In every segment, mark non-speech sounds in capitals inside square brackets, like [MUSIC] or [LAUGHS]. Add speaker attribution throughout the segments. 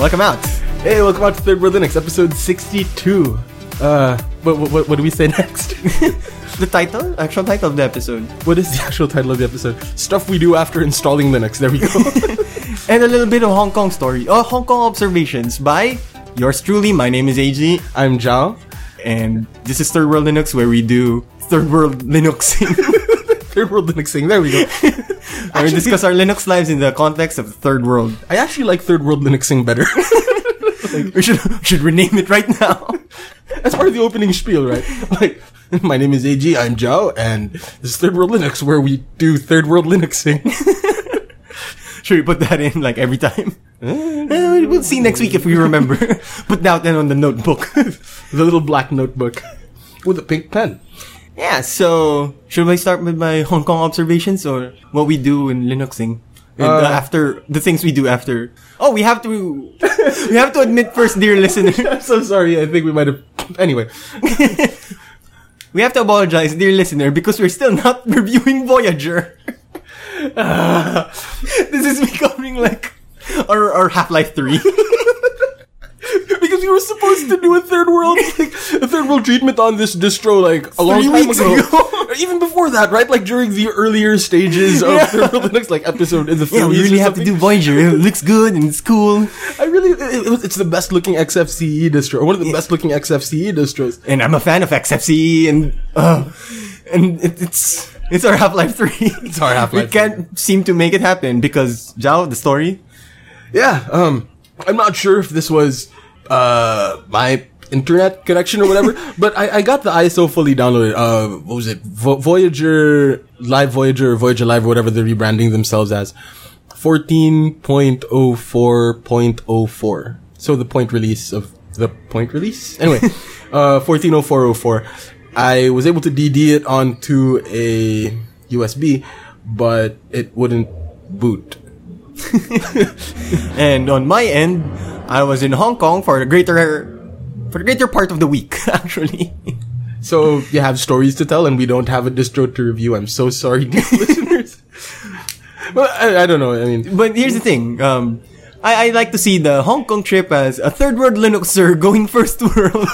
Speaker 1: Welcome out.
Speaker 2: Hey, welcome out to Third World Linux, episode 62. Uh, what, what, what do we say [LAUGHS] next?
Speaker 1: The title, actual title of the episode,
Speaker 2: what is the actual title of the episode? Stuff we do after installing Linux. There we go.
Speaker 1: and a little bit of Hong Kong story or Hong Kong observations by yours truly. My name is AG,
Speaker 2: I'm Zhao.
Speaker 1: and this is Third World Linux, where we do Third World [LAUGHS] Linuxing.
Speaker 2: Third World Linuxing. There we go.
Speaker 1: where we discuss our Linux lives in the context of the Third World.
Speaker 2: I actually like Third World Linuxing better. [LAUGHS]
Speaker 1: We should should rename it right now. [LAUGHS]
Speaker 2: That's part of the opening spiel, right? [LAUGHS] Like, my name is AG, I'm Zhao, and this is Third World Linux, where we do Third World Linuxing. [LAUGHS]
Speaker 1: Should we put that in like every time? Eh, we'll see next week if we remember. [LAUGHS] put that then on the notebook. [LAUGHS]
Speaker 2: the little black notebook with a pink pen. [LAUGHS]
Speaker 1: yeah. So should I start with my [LAUGHS] Hong Kong observations or what we do in Linuxing? And
Speaker 2: Uh,
Speaker 1: the after the things we do after. Oh, we have to. [LAUGHS] we have to admit first, dear listener. [LAUGHS]
Speaker 2: I'm so sorry, I think we might have. Anyway,
Speaker 1: We have to apologize, dear listener, because we're still not [LAUGHS] reviewing Voyager. [LAUGHS] this is [LAUGHS] becoming like our, our Half Life 3.
Speaker 2: because we were supposed to do a third
Speaker 1: [LAUGHS]
Speaker 2: world like, a third world treatment on this distro like a long
Speaker 1: Three
Speaker 2: time
Speaker 1: weeks
Speaker 2: ago.
Speaker 1: ago.
Speaker 2: [LAUGHS] Or even before that, right? Like during the earlier stages of
Speaker 1: Yeah.
Speaker 2: third world Linux, like episode in the 30s.
Speaker 1: yeah, we really
Speaker 2: or
Speaker 1: have to do
Speaker 2: something.
Speaker 1: Voyager. It looks good and it's cool.
Speaker 2: I really, it, it was, it's the best looking XFCE E distro, or one of the best looking XFCE E distros.
Speaker 1: And I'm a fan of XFCE and, uh, and it, it's, it's our Half-Life 3. It's
Speaker 2: our Half-Life
Speaker 1: We can't seem to make it happen because Zhao, the story,
Speaker 2: Yeah, um, I'm not sure if this was, uh, my internet connection or whatever, but I, I got the ISO fully downloaded. Uh, what was it? Vo- Voyager, Live Voyager, or Voyager Live, whatever they're rebranding themselves as. 14.04.04. So the point release of the point release? Anyway, uh, 14.04.04. I was able to DD it onto a USB, but it wouldn't boot.
Speaker 1: And on my end, I was in Hong Kong for the greater, for the greater part of the week, [LAUGHS] actually.
Speaker 2: So you have stories to tell, and we don't have a distro to review. I'm so sorry, dear [LAUGHS] listeners. Well, I, I don't know. I mean, [LAUGHS]
Speaker 1: But here's the thing. Um, I, I like to see the Hong Kong trip as a third world Linuxer going first [LAUGHS] world.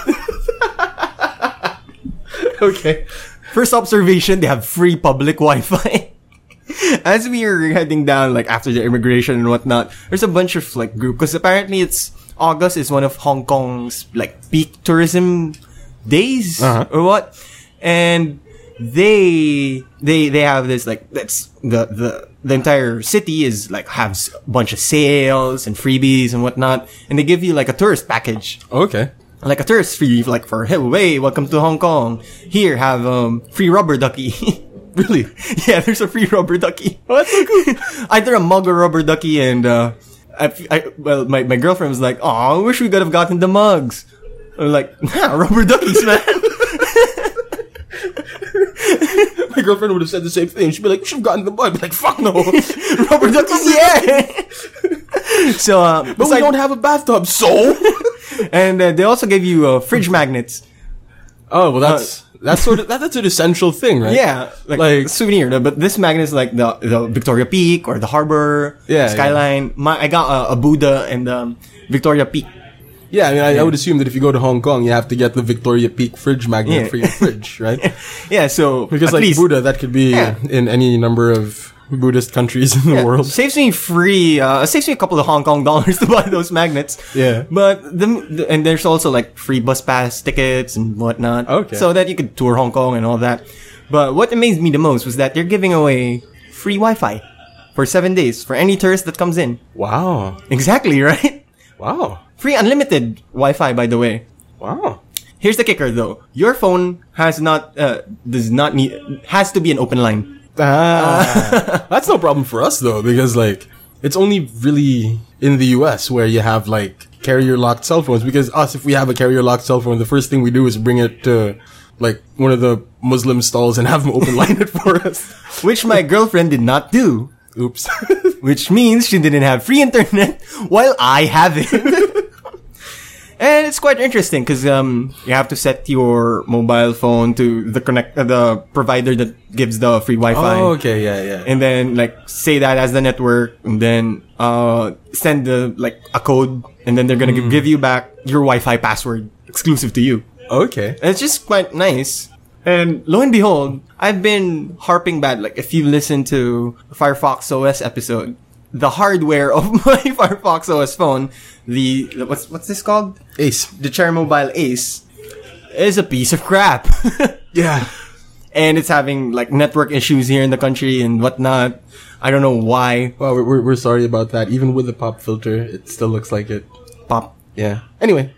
Speaker 2: okay.
Speaker 1: first observation, they have free public Wi-Fi. [LAUGHS] As we are heading down, like after the immigration and whatnot, there's a bunch of like group because apparently it's August is one of Hong Kong's like peak tourism days
Speaker 2: Uh-huh.
Speaker 1: or what, and they they they have this like that's the the the entire city is like has a bunch of sales and freebies and whatnot, and they give you like a tourist package
Speaker 2: Okay.
Speaker 1: like a tourist fee, like for hey, hey, welcome to Hong Kong. Here, have um free rubber ducky. [LAUGHS] really? Yeah, there's a free rubber ducky. Oh, that's so cool. [LAUGHS] Either a mug or rubber ducky, and uh, I, I well, my my girlfriend was like, "Oh, I wish we could have gotten the mugs." I'm like, nah, [LAUGHS] rubber duckies, man.
Speaker 2: My girlfriend would have said the same thing. She'd be like, "You should have gotten the bug." I'd be like, "Fuck [LAUGHS] no."
Speaker 1: rubber duckies, yeah. [LAUGHS] so, uh,
Speaker 2: But we don't have a bathtub, so.
Speaker 1: and uh, they also gave you uh, fridge magnets.
Speaker 2: [LAUGHS] oh well, that's that's sort of that, that's an essential thing, right?
Speaker 1: Yeah, like,
Speaker 2: Like-
Speaker 1: souvenir. But this magnet is like the the Victoria Peak or the harbor,
Speaker 2: Yeah,
Speaker 1: skyline. My, I got a, a Buddha and um, Victoria Peak.
Speaker 2: Yeah. I mean, I, I would assume that if you go to Hong Kong, you have to get the Victoria Peak fridge magnet
Speaker 1: Yeah.
Speaker 2: for your fridge, [LAUGHS] right?
Speaker 1: Yeah, so
Speaker 2: Because
Speaker 1: at
Speaker 2: like
Speaker 1: least-
Speaker 2: Buddha, that could be
Speaker 1: Yeah.
Speaker 2: in any number of Buddhist countries in the
Speaker 1: yeah,
Speaker 2: world.
Speaker 1: saves me free. Uh, saves me a couple of Hong Kong dollars [LAUGHS] to buy those magnets.
Speaker 2: Yeah.
Speaker 1: but the, the and there's also like free bus pass tickets and whatnot.
Speaker 2: Okay.
Speaker 1: so that you could tour Hong Kong and all that. But what amazed me the most was that they're giving away free Wi-Fi for seven days for any tourist that comes in. [LAUGHS]
Speaker 2: Wow.
Speaker 1: Exactly right.
Speaker 2: Wow.
Speaker 1: Free unlimited Wi-Fi, by the way.
Speaker 2: Wow.
Speaker 1: Here's the kicker, though. Your phone has not uh, does not need has to be an open line.
Speaker 2: Ah, [LAUGHS] that's no problem for us though, because like it's only really in the U.S. where you have like carrier locked cell phones. Because us, if we have a carrier locked cell phone, the first thing we do is bring it to like one of the Muslim stalls and have them [LAUGHS] open line it for us.
Speaker 1: Which my girlfriend did not do.
Speaker 2: [LAUGHS] Oops.
Speaker 1: [LAUGHS] Which means she didn't have free internet while I have it. [LAUGHS] And it's quite interesting because um, you have to set your mobile phone to the connect uh, the provider that gives the free Wi-Fi.
Speaker 2: Oh, okay, yeah, yeah.
Speaker 1: And then like say that as the network, and then uh, send the like a code, and then they're gonna gi- give you back your Wi-Fi password exclusive to you.
Speaker 2: okay.
Speaker 1: And it's just quite nice. And lo and behold, I've been harping bad. Like if you listen to Firefox OS episode, the hardware of [LAUGHS] my Firefox OS phone, the what's what's this called?
Speaker 2: Ace.
Speaker 1: The Cherry Mobile Ace is a piece of crap. [LAUGHS]
Speaker 2: Yeah.
Speaker 1: and it's having like network issues here in the country and whatnot. I don't know why.
Speaker 2: Well, we're, we're, we're sorry about that. Even with the pop filter, it still looks like it.
Speaker 1: Pop.
Speaker 2: Yeah. Anyway.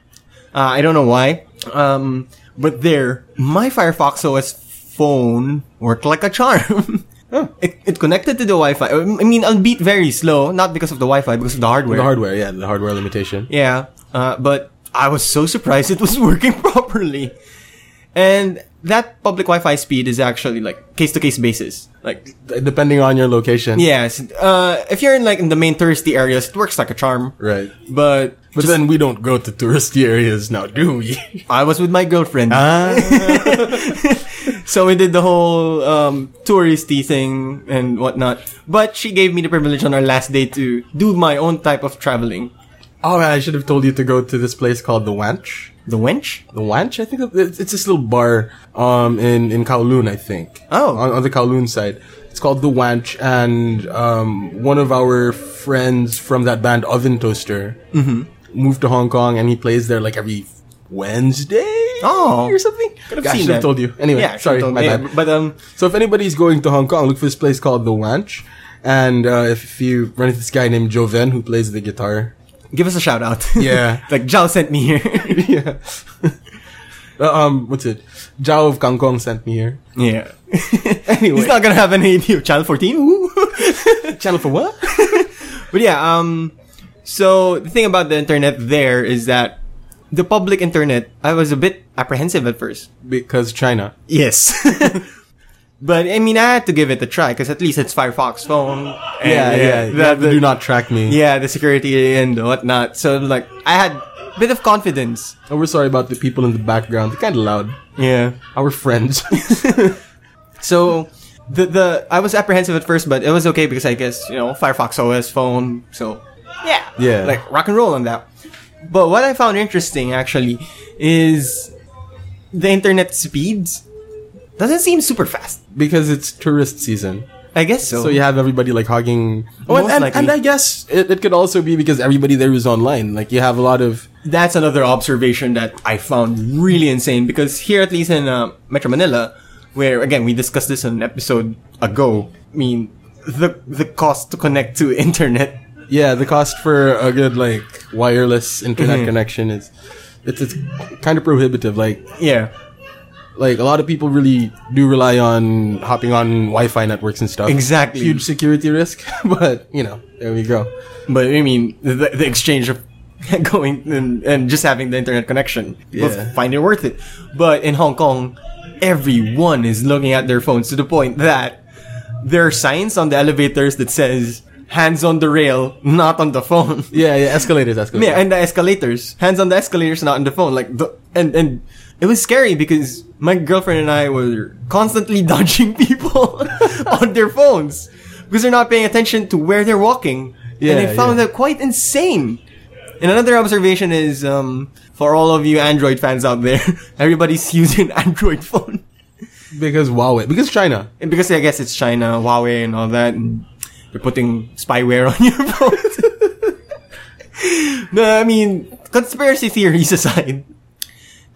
Speaker 1: Uh, I don't know why. Um, but there, my Firefox OS phone worked like a charm. [LAUGHS] It, it connected to the Wi-Fi. Um, I mean, albeit very slow, not because of the Wi-Fi, because of the hardware.
Speaker 2: The hardware, yeah, the hardware limitation.
Speaker 1: Yeah, uh, but I was so surprised it was [LAUGHS] working properly. And that public Wi-Fi speed is actually like case-to-case basis. Like,
Speaker 2: D- Depending on your location.
Speaker 1: yes, uh, if you're in like in the main touristy areas, it works like a charm.
Speaker 2: Right.
Speaker 1: But,
Speaker 2: But then we don't go to touristy [LAUGHS] areas now, do we?
Speaker 1: I was with my girlfriend.
Speaker 2: Ah.
Speaker 1: [LAUGHS] so we did the whole um, touristy thing and whatnot. But she gave me the privilege on our last day to do my own type of traveling.
Speaker 2: [LAUGHS] oh, man, I should have told you to go to this place called The Wanch.
Speaker 1: The wench?
Speaker 2: The Wanch, I think it's it's this little bar um in in Kowloon, I think.
Speaker 1: Oh.
Speaker 2: on, on the Kowloon side, it's called the Wanch, and um one of our friends from that band Oven Toaster moved to Hong Kong, and he plays there like every Wednesday.
Speaker 1: Oh.
Speaker 2: or something. Could have seen that. told you. Anyway,
Speaker 1: Yeah,
Speaker 2: sorry,
Speaker 1: she told
Speaker 2: my
Speaker 1: me.
Speaker 2: bad.
Speaker 1: But um,
Speaker 2: So if anybody's going to Hong Kong, look for this place called the Wanch, and uh, if you run into this guy named Joven who plays the guitar, [LAUGHS]
Speaker 1: give us a shout out.
Speaker 2: Yeah.
Speaker 1: [LAUGHS] like Zhao sent me
Speaker 2: [LAUGHS]
Speaker 1: here.
Speaker 2: yeah. Uh, um, what's it? Zhao of Kangkong sent me here. [LAUGHS]
Speaker 1: yeah. [LAUGHS]
Speaker 2: Anyway.
Speaker 1: He's not gonna have an idea of Channel 14. Ooh.
Speaker 2: channel for what?
Speaker 1: [LAUGHS] But yeah, um, so the thing about the internet there is that the public internet, I was a bit apprehensive at first.
Speaker 2: because China.
Speaker 1: Yes. but I mean, I had to give it a try because at least it's Firefox phone. and,
Speaker 2: uh, You
Speaker 1: The,
Speaker 2: have to
Speaker 1: the-
Speaker 2: do not track me.
Speaker 1: yeah, the security and whatnot. So like, I had a bit of confidence.
Speaker 2: Oh, we're sorry about the people in the background. They're kind of loud.
Speaker 1: Yeah.
Speaker 2: Our friends. [LAUGHS]
Speaker 1: So the the I was apprehensive at first, but it was okay because I guess you know Firefox OS phone. So yeah,
Speaker 2: Yeah.
Speaker 1: like rock and roll on that. But what I found interesting actually is the internet speeds doesn't seem super fast.
Speaker 2: because it's tourist season.
Speaker 1: I guess so.
Speaker 2: So you have everybody like hogging. Oh, and,
Speaker 1: Most
Speaker 2: and,
Speaker 1: likely.
Speaker 2: and I guess it, it could also be because everybody there is online. Like you have a lot of.
Speaker 1: that's another observation that I found really insane because here, at least in uh, Metro Manila, where again we discussed this in an episode ago, I mean the the cost to connect to [LAUGHS] internet.
Speaker 2: Yeah, the cost for a good like wireless internet
Speaker 1: Mhm.
Speaker 2: connection is. It's, it's kind of prohibitive. Like
Speaker 1: Yeah,
Speaker 2: like a lot of people really do rely on hopping on Wi-Fi networks and stuff.
Speaker 1: Exactly.
Speaker 2: Huge security risk, [LAUGHS] but you know, there we go.
Speaker 1: but I mean the, the exchange of [LAUGHS] going and, and just having the internet connection, We'll
Speaker 2: Yeah.
Speaker 1: find it worth it. But in Hong Kong, everyone is looking at their phones to the point that there are signs on the elevators that says "hands on the rail, not on the phone." [LAUGHS]
Speaker 2: Yeah, yeah, escalators, escalators.
Speaker 1: Yeah, and the escalators. Hands on the escalators, not on the phone. Like the and and it was scary because my girlfriend and I were constantly [LAUGHS] dodging people [LAUGHS] on their phones because they're not paying attention to where they're walking. and
Speaker 2: Yeah,
Speaker 1: I found
Speaker 2: yeah.
Speaker 1: that quite insane. And another observation is um, for all of you Android fans out there, [LAUGHS] everybody's using Android phone.
Speaker 2: Because Huawei. Because China.
Speaker 1: And because I guess it's China, Huawei, and all that, and they're putting spyware on your [LAUGHS] phone. no, I mean, conspiracy theories [LAUGHS] aside,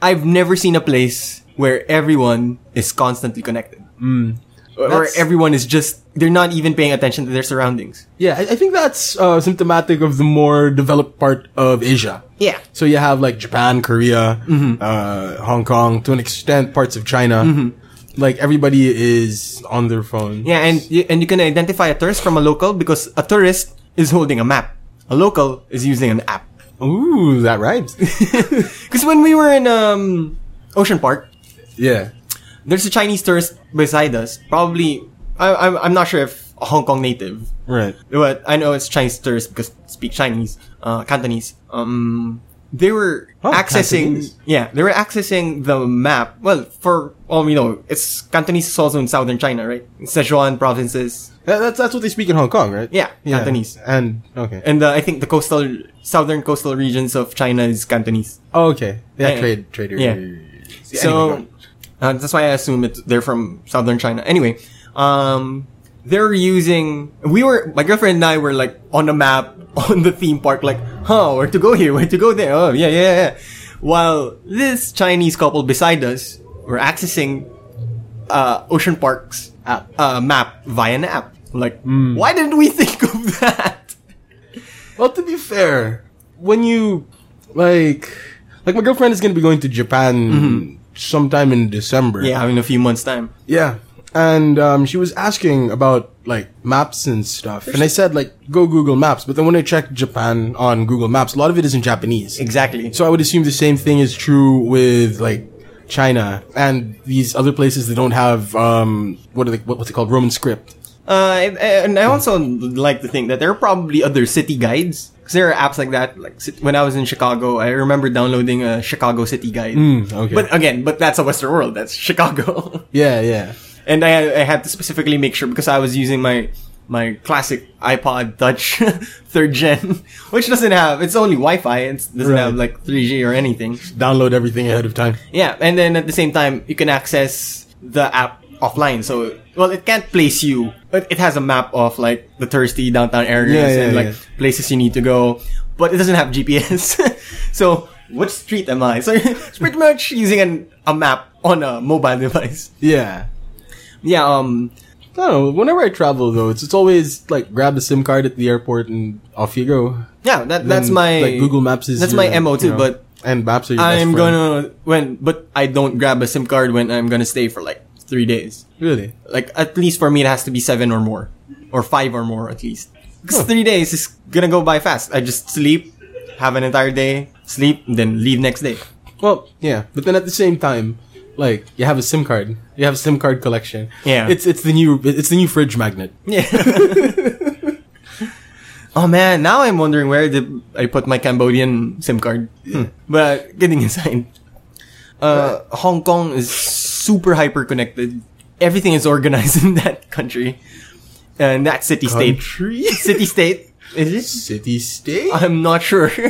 Speaker 1: I've never seen a place where everyone is constantly connected. Or- Or
Speaker 2: That's-
Speaker 1: everyone is just, they're not even paying attention to their surroundings.
Speaker 2: Yeah, I, I think that's uh, symptomatic of the more developed part of Asia.
Speaker 1: Yeah.
Speaker 2: So you have like Japan, Korea,
Speaker 1: Mm-hmm.
Speaker 2: uh, Hong Kong, to an extent, parts of China. Like everybody is on their phone.
Speaker 1: Mm-hmm. Yeah, and, you- and you can identify a tourist from a local because a tourist is holding a map. A local is using an app.
Speaker 2: Ooh,
Speaker 1: [LAUGHS]
Speaker 2: that rhymes.
Speaker 1: Because when we were in um, Ocean Park,
Speaker 2: yeah.
Speaker 1: there's a Chinese tourist beside us. Probably, I, I'm, I'm not sure if a Hong Kong native,
Speaker 2: Right.
Speaker 1: but I know it's Chinese tourist because speak Chinese, uh, Cantonese. Um, they were
Speaker 2: Oh,
Speaker 1: accessing
Speaker 2: Cantonese.
Speaker 1: yeah they were accessing the map well for all we know it's cantonese is also in southern china right sichuan provinces
Speaker 2: That- that's that's what they speak in Hong Kong, right?
Speaker 1: Yeah, Cantonese.
Speaker 2: And okay,
Speaker 1: and uh, i think the coastal southern coastal regions of china is cantonese
Speaker 2: oh, okay,
Speaker 1: Yeah.
Speaker 2: yeah, trade trader.
Speaker 1: Yeah.
Speaker 2: Yeah,
Speaker 1: so
Speaker 2: anyway,
Speaker 1: uh, that's why I assume it, they're from southern China. Anyway, um, they're using. We were my girlfriend and I were like on the map [LAUGHS] on the theme park, like, huh, where to go here, where to go there. Oh yeah, yeah, yeah. While this Chinese couple beside us were accessing uh, Ocean Park's app, uh, map via an app. Like,
Speaker 2: Hmm.
Speaker 1: why didn't we [LAUGHS] think of that?
Speaker 2: well, to be fair, when you like, like my girlfriend is gonna be going to Japan sometime in December.
Speaker 1: Mm-hmm. Yeah, I mean, a few months time.
Speaker 2: Yeah. And um, she was asking about like maps and stuff, and I said like go Google Maps, but then when I checked Japan on Google Maps, a lot of it is in Japanese.
Speaker 1: Exactly.
Speaker 2: So I would assume the same thing is true with like China and these other places that don't have um what are they what, what's it called Roman script.
Speaker 1: Uh, and- and I also like to think that there are probably other city guides. 'Cause there are apps like that. Like sit- when I was in Chicago, I remember downloading a Chicago city guide.
Speaker 2: okay.
Speaker 1: But again, but that's a Western world. That's Chicago. [LAUGHS]
Speaker 2: Yeah, yeah.
Speaker 1: and I, I had to specifically make sure because I was using my my classic iPod Touch [LAUGHS] third gen, [LAUGHS] which doesn't have it's only Wi-Fi. It doesn't
Speaker 2: Right.
Speaker 1: have like 3G or anything.
Speaker 2: Download everything ahead of time.
Speaker 1: Yeah, and then at the same time, you can access the app offline. So, well, it can't place you, but it has a map of like the touristy downtown areas
Speaker 2: Yeah, yeah,
Speaker 1: and like
Speaker 2: yeah.
Speaker 1: places you need to go, but it doesn't have GPS. [LAUGHS] so, what street am I? [LAUGHS] So, it's pretty much using an, a map on a mobile device. [LAUGHS]
Speaker 2: Yeah.
Speaker 1: Yeah, um,
Speaker 2: I don't know. Whenever I travel though, it's it's always like grab a SIM card at the airport and off you go.
Speaker 1: yeah, that, that's
Speaker 2: And,
Speaker 1: my
Speaker 2: like Google Maps is
Speaker 1: that's
Speaker 2: your,
Speaker 1: my mo too.
Speaker 2: you know,
Speaker 1: but
Speaker 2: and maps are your best
Speaker 1: I'm
Speaker 2: friend.
Speaker 1: gonna when but I don't grab a SIM card when I'm gonna stay for like three days.
Speaker 2: really
Speaker 1: like at least for me it has to be seven or more or five or more at least because three days is gonna go by fast i just sleep have an entire day sleep and then leave next day
Speaker 2: Well, yeah, but then at the same time, like you have a SIM card, you have a SIM card collection.
Speaker 1: Yeah.
Speaker 2: it's it's the new it's the new fridge magnet.
Speaker 1: yeah [LAUGHS] oh man now i'm wondering where did i put my cambodian sim card Hmm. but getting aside uh, hong kong is super hyper connected everything is organized [LAUGHS] in that country and that city
Speaker 2: Country?
Speaker 1: state city state is it
Speaker 2: City state.
Speaker 1: i'm not sure [LAUGHS]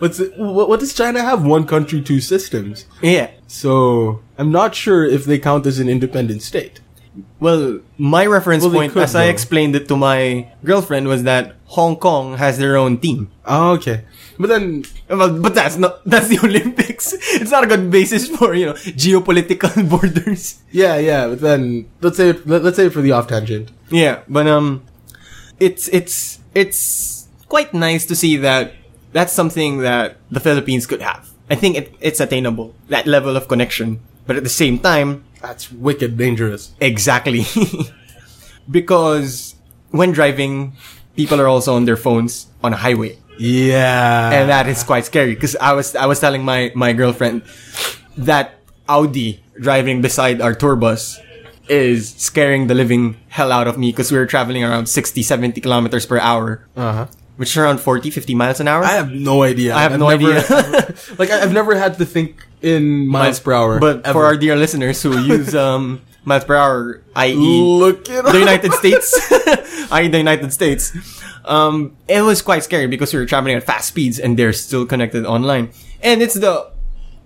Speaker 2: What's it, what, what does China have? One country, two systems.
Speaker 1: yeah
Speaker 2: So I'm not sure if they count as an independent state.
Speaker 1: Well, my reference
Speaker 2: Well, they
Speaker 1: point,
Speaker 2: could,
Speaker 1: as I
Speaker 2: though.
Speaker 1: explained it to my girlfriend, was that Hong Kong has their own team.
Speaker 2: Oh, okay, but then
Speaker 1: Well, but that's not [LAUGHS] that's the Olympics. It's not a good basis for you know geopolitical [LAUGHS] borders.
Speaker 2: yeah, yeah, but then let's say let, let's say for the off tangent.
Speaker 1: Yeah, but um, it's it's it's quite nice to see that that's something that the Philippines could have. I think it, it's attainable that level of connection, but at the same time,
Speaker 2: That's wicked dangerous.
Speaker 1: Exactly. [LAUGHS] because when driving, people are also on their phones on a highway.
Speaker 2: Yeah,
Speaker 1: And that is quite scary because I was I was telling my, my girlfriend that Audi driving beside our tour bus is scaring the living hell out of me because we were traveling around 60 70 kilometers per hour
Speaker 2: uh huh.
Speaker 1: which is around 40 50 miles an hour
Speaker 2: I have no idea.
Speaker 1: I have no idea.
Speaker 2: [LAUGHS] like I, I've never had to think in miles per hour.
Speaker 1: but
Speaker 2: ever.
Speaker 1: for our dear listeners who use um miles per hour e i.e.
Speaker 2: look it
Speaker 1: the United States, [LAUGHS] i.e., the United States. Um, it was quite scary because we were traveling at fast speeds and they're still connected online. And it's the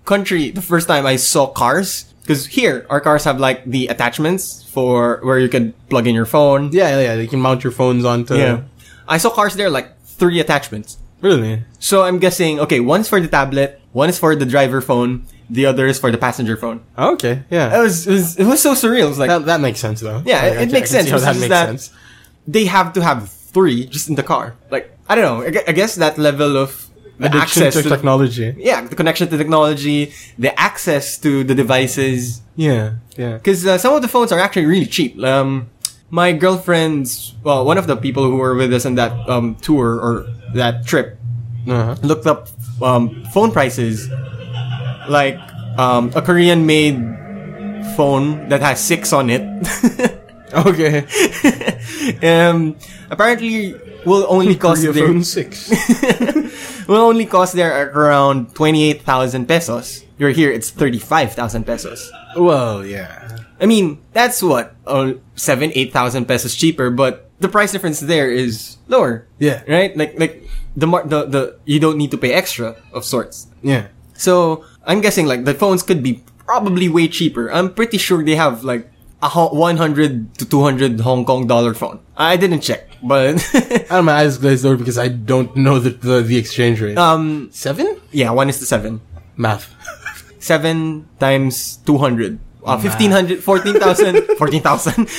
Speaker 1: country, the first time I saw cars, because here, our cars have like the attachments for where you can plug in your phone.
Speaker 2: Yeah, yeah, you can mount your phones onto.
Speaker 1: Yeah. I saw cars there like three attachments.
Speaker 2: Really?
Speaker 1: So I'm guessing, okay, one's for the tablet, one is for the driver phone, the other is for the passenger phone.
Speaker 2: Oh, okay,
Speaker 1: It
Speaker 2: yeah.
Speaker 1: was, it was, it was so surreal. It was like,
Speaker 2: That, that makes sense, though.
Speaker 1: Yeah,
Speaker 2: Like,
Speaker 1: it
Speaker 2: I can-
Speaker 1: makes
Speaker 2: I
Speaker 1: sense,
Speaker 2: can see how
Speaker 1: it's
Speaker 2: that
Speaker 1: just
Speaker 2: makes
Speaker 1: that-
Speaker 2: sense.
Speaker 1: they have to have three just in the car. Like I don't know. I gue- I guess that level of the
Speaker 2: Addiction
Speaker 1: access to
Speaker 2: to, technology.
Speaker 1: yeah, the connection to technology, the access to the devices.
Speaker 2: Yeah, yeah.
Speaker 1: Because uh, some of the phones are actually really cheap. Um, my girlfriend's well, one of the people who were with us on that um, tour or that trip
Speaker 2: Uh-huh.
Speaker 1: looked up um, phone prices, like um, a Korean-made phone that has six on it. [LAUGHS]
Speaker 2: [LAUGHS] Okay.
Speaker 1: um, apparently will only cost
Speaker 2: [LAUGHS] Your
Speaker 1: their,
Speaker 2: phone six.
Speaker 1: [LAUGHS] will only cost there around 28,000 pesos. You're here, it's 35,000 pesos.
Speaker 2: [LAUGHS] Well, yeah.
Speaker 1: I mean, that's what, uh, seven, eight thousand pesos cheaper, but the price difference there is lower.
Speaker 2: Yeah.
Speaker 1: Right? Like, like, the, mar- the, the, you don't need to pay extra of sorts.
Speaker 2: Yeah.
Speaker 1: So, I'm guessing, like, the phones could be probably way cheaper. I'm pretty sure they have, like, a ho- 100 to 200 Hong Kong dollar phone. I didn't check, but, [LAUGHS]
Speaker 2: I don't my eyes glazed over because I don't know the the, the exchange rate.
Speaker 1: um,
Speaker 2: Seven?
Speaker 1: yeah, one is to seven.
Speaker 2: Math.
Speaker 1: Seven times 200. Uh, 1500, [LAUGHS] 14,000, 14,000.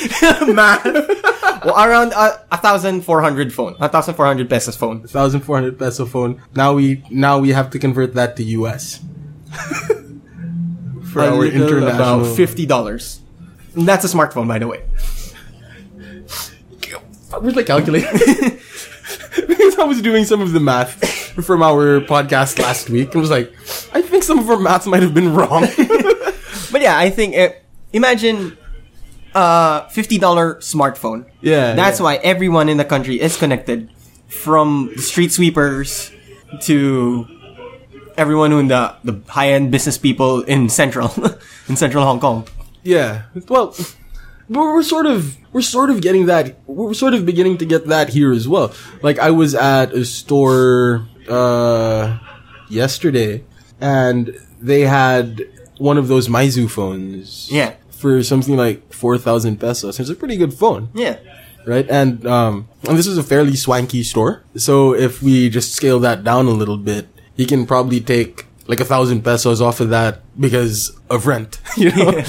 Speaker 2: [LAUGHS] Math.
Speaker 1: well, around a uh, thousand four hundred phone, a thousand four hundred pesos phone.
Speaker 2: Thousand four hundred peso phone. Now we now we have to convert that to US. [LAUGHS] For
Speaker 1: A
Speaker 2: our
Speaker 1: little
Speaker 2: international.
Speaker 1: about fifty dollars. That's a smartphone, by the way.
Speaker 2: Where's my calculator? [LAUGHS] because I was doing some of the math from our podcast last week and was like, I think some of our maths might have been wrong. [LAUGHS]
Speaker 1: But yeah, I think uh, imagine a fifty dollar smartphone.
Speaker 2: Yeah,
Speaker 1: that's
Speaker 2: yeah.
Speaker 1: why everyone in the country is connected, from the street sweepers to everyone who in the the high end business people in central [LAUGHS] in central Hong Kong.
Speaker 2: yeah. Well, but we're sort of we're sort of getting that we're sort of beginning to get that here as well. Like I was at a store uh yesterday and they had one of those Meizu phones.
Speaker 1: Yeah.
Speaker 2: For something like 4,000 pesos. It's a pretty good phone.
Speaker 1: Yeah,
Speaker 2: right? And um, and this is a fairly swanky store. So if we just scale that down a little bit, you can probably take like a thousand pesos off of that because of rent. [LAUGHS] You know,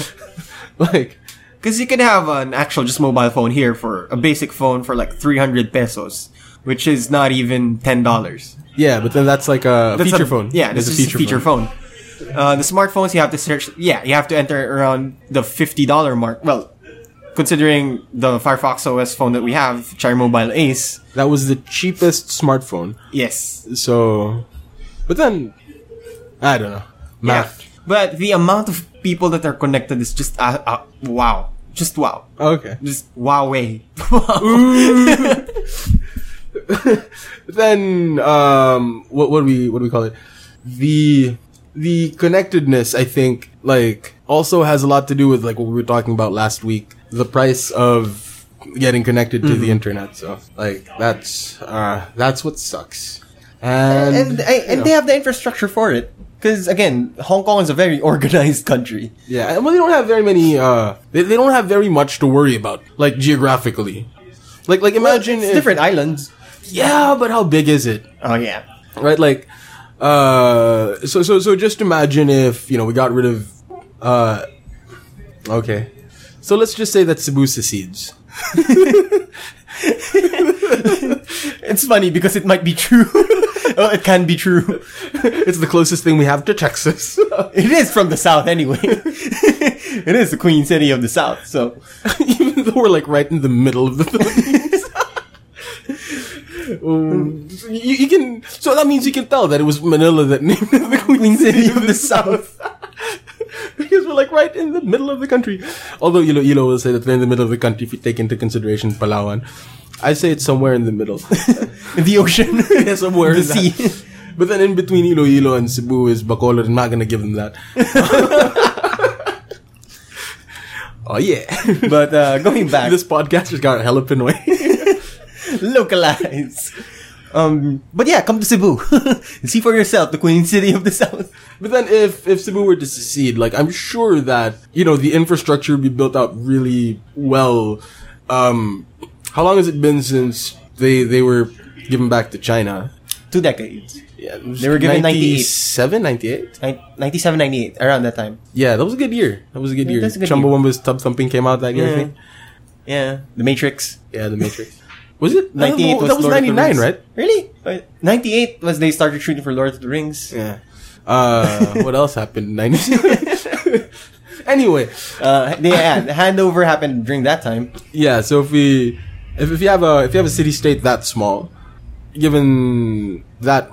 Speaker 2: like
Speaker 1: Because you can have an actual just mobile phone here for a basic phone for like 300 pesos, which is not even $10.
Speaker 2: yeah, but then that's like a
Speaker 1: That's
Speaker 2: feature
Speaker 1: a-
Speaker 2: phone.
Speaker 1: Yeah, this is a feature phone. Uh, the smartphones you have to search. Yeah, you have to enter around the $50 mark. Well, considering the Firefox OS phone that we have, Chai Mobile Ace,
Speaker 2: That was the cheapest smartphone.
Speaker 1: yes.
Speaker 2: So, but then I don't know math.
Speaker 1: Yeah. But the amount of people that are connected is just uh, uh, wow. Just wow.
Speaker 2: Okay.
Speaker 1: Just wow [LAUGHS] way.
Speaker 2: then um what what do we what do we call it the the connectedness i think like also has a lot to do with like what we were talking about last week the price of getting connected to
Speaker 1: Mm-hmm.
Speaker 2: the internet so like that's uh that's what sucks and
Speaker 1: and I, and they have the infrastructure for it. Because again, Hong Kong is a very [LAUGHS] organized country.
Speaker 2: yeah and, well they don't have very many uh they, they don't have very much to worry about like geographically like like imagine
Speaker 1: It's
Speaker 2: if-
Speaker 1: different islands.
Speaker 2: yeah but how big is it
Speaker 1: Oh yeah,
Speaker 2: right? Like, uh, so so so just imagine if you know we got rid of, uh, okay, so let's just say that Cebu secedes.
Speaker 1: it's funny because it might be true. [LAUGHS] oh, it can be true.
Speaker 2: [LAUGHS]
Speaker 1: [LAUGHS]
Speaker 2: It's the closest thing we have to Texas. [LAUGHS]
Speaker 1: It is from the south anyway. [LAUGHS] it is the queen city of the south. So
Speaker 2: Even though we're like right in the middle of the Philippines. [LAUGHS] Um, so you, you can so that means you can tell that it was Manila that named [LAUGHS] it the Queen City of the South [LAUGHS] because we're like right in the middle of the country. Although Ilo Ilo will say that we're in the middle of the country if you take into consideration Palawan. I say it's somewhere in the
Speaker 1: [LAUGHS]
Speaker 2: middle,
Speaker 1: the ocean,
Speaker 2: [LAUGHS] Yeah, somewhere
Speaker 1: the
Speaker 2: in that.
Speaker 1: sea.
Speaker 2: But then in between Iloilo and Cebu is Bacolod. I'm not gonna give them
Speaker 1: [LAUGHS]
Speaker 2: that. oh [LAUGHS] yeah.
Speaker 1: But uh, going back,
Speaker 2: this podcast just got hella Pinoy.
Speaker 1: [LAUGHS] localize. Um, but yeah, come to Cebu [LAUGHS] and see for yourself the queen city of the south.
Speaker 2: but then if if Cebu were to secede, like I'm sure that you know the infrastructure would be built out really well. Um, how long has it been since they they were given back to China?
Speaker 1: Two decades,
Speaker 2: Yeah, it was
Speaker 1: They were given 98.
Speaker 2: 97, 98?
Speaker 1: Nin- 97, 98, around that time.
Speaker 2: Yeah, that was a good year. That was a good
Speaker 1: Yeah,
Speaker 2: year.
Speaker 1: that's a good year.
Speaker 2: Chumbawamba's Tub Thumping came out that year, I
Speaker 1: Yeah.
Speaker 2: think.
Speaker 1: Yeah, the Matrix.
Speaker 2: Yeah, The Matrix. was
Speaker 1: [LAUGHS]
Speaker 2: it? No,
Speaker 1: 98 was
Speaker 2: that was
Speaker 1: Lord of the
Speaker 2: 99,
Speaker 1: Rings.
Speaker 2: right?
Speaker 1: Really? Uh, 98 was they started shooting for Lord of the Rings.
Speaker 2: Yeah. Uh, what else happened? 90. [LAUGHS] anyway,
Speaker 1: [LAUGHS] Uh, they had, the handover happened during that
Speaker 2: [LAUGHS]
Speaker 1: time.
Speaker 2: yeah. So if we, if, if you have a if you have a city state that small, given that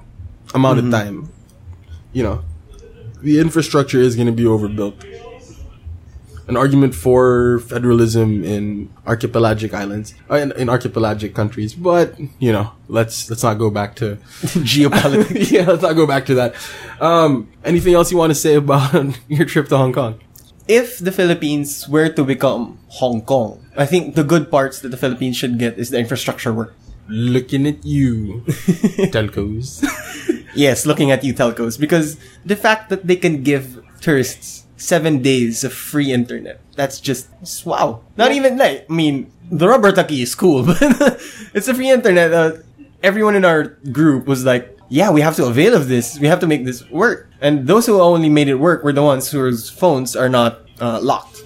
Speaker 2: amount of time, you know, the infrastructure is going to be overbuilt. an argument for federalism in archipelagic islands, uh, in, in archipelagic countries. But you know, let's let's not go back to [LAUGHS]
Speaker 1: Geopolitics.
Speaker 2: yeah, let's not go back to that. Um, anything else you want to say about [LAUGHS] your trip to Hong Kong?
Speaker 1: if the Philippines were to become Hong Kong, I think the good parts that the Philippines should get is the infrastructure work.
Speaker 2: Looking at [LAUGHS] you, telcos.
Speaker 1: Yes, looking at you telcos, because the fact that they can give tourists seven days of free internet, that's just, just wow. Not even like, I mean, the rubber ducky is cool, [LAUGHS] but it's the free internet. Uh, everyone in our group was like, yeah, we have to avail of this. We have to make this work. And those who only made it work were the ones whose phones are not uh, locked.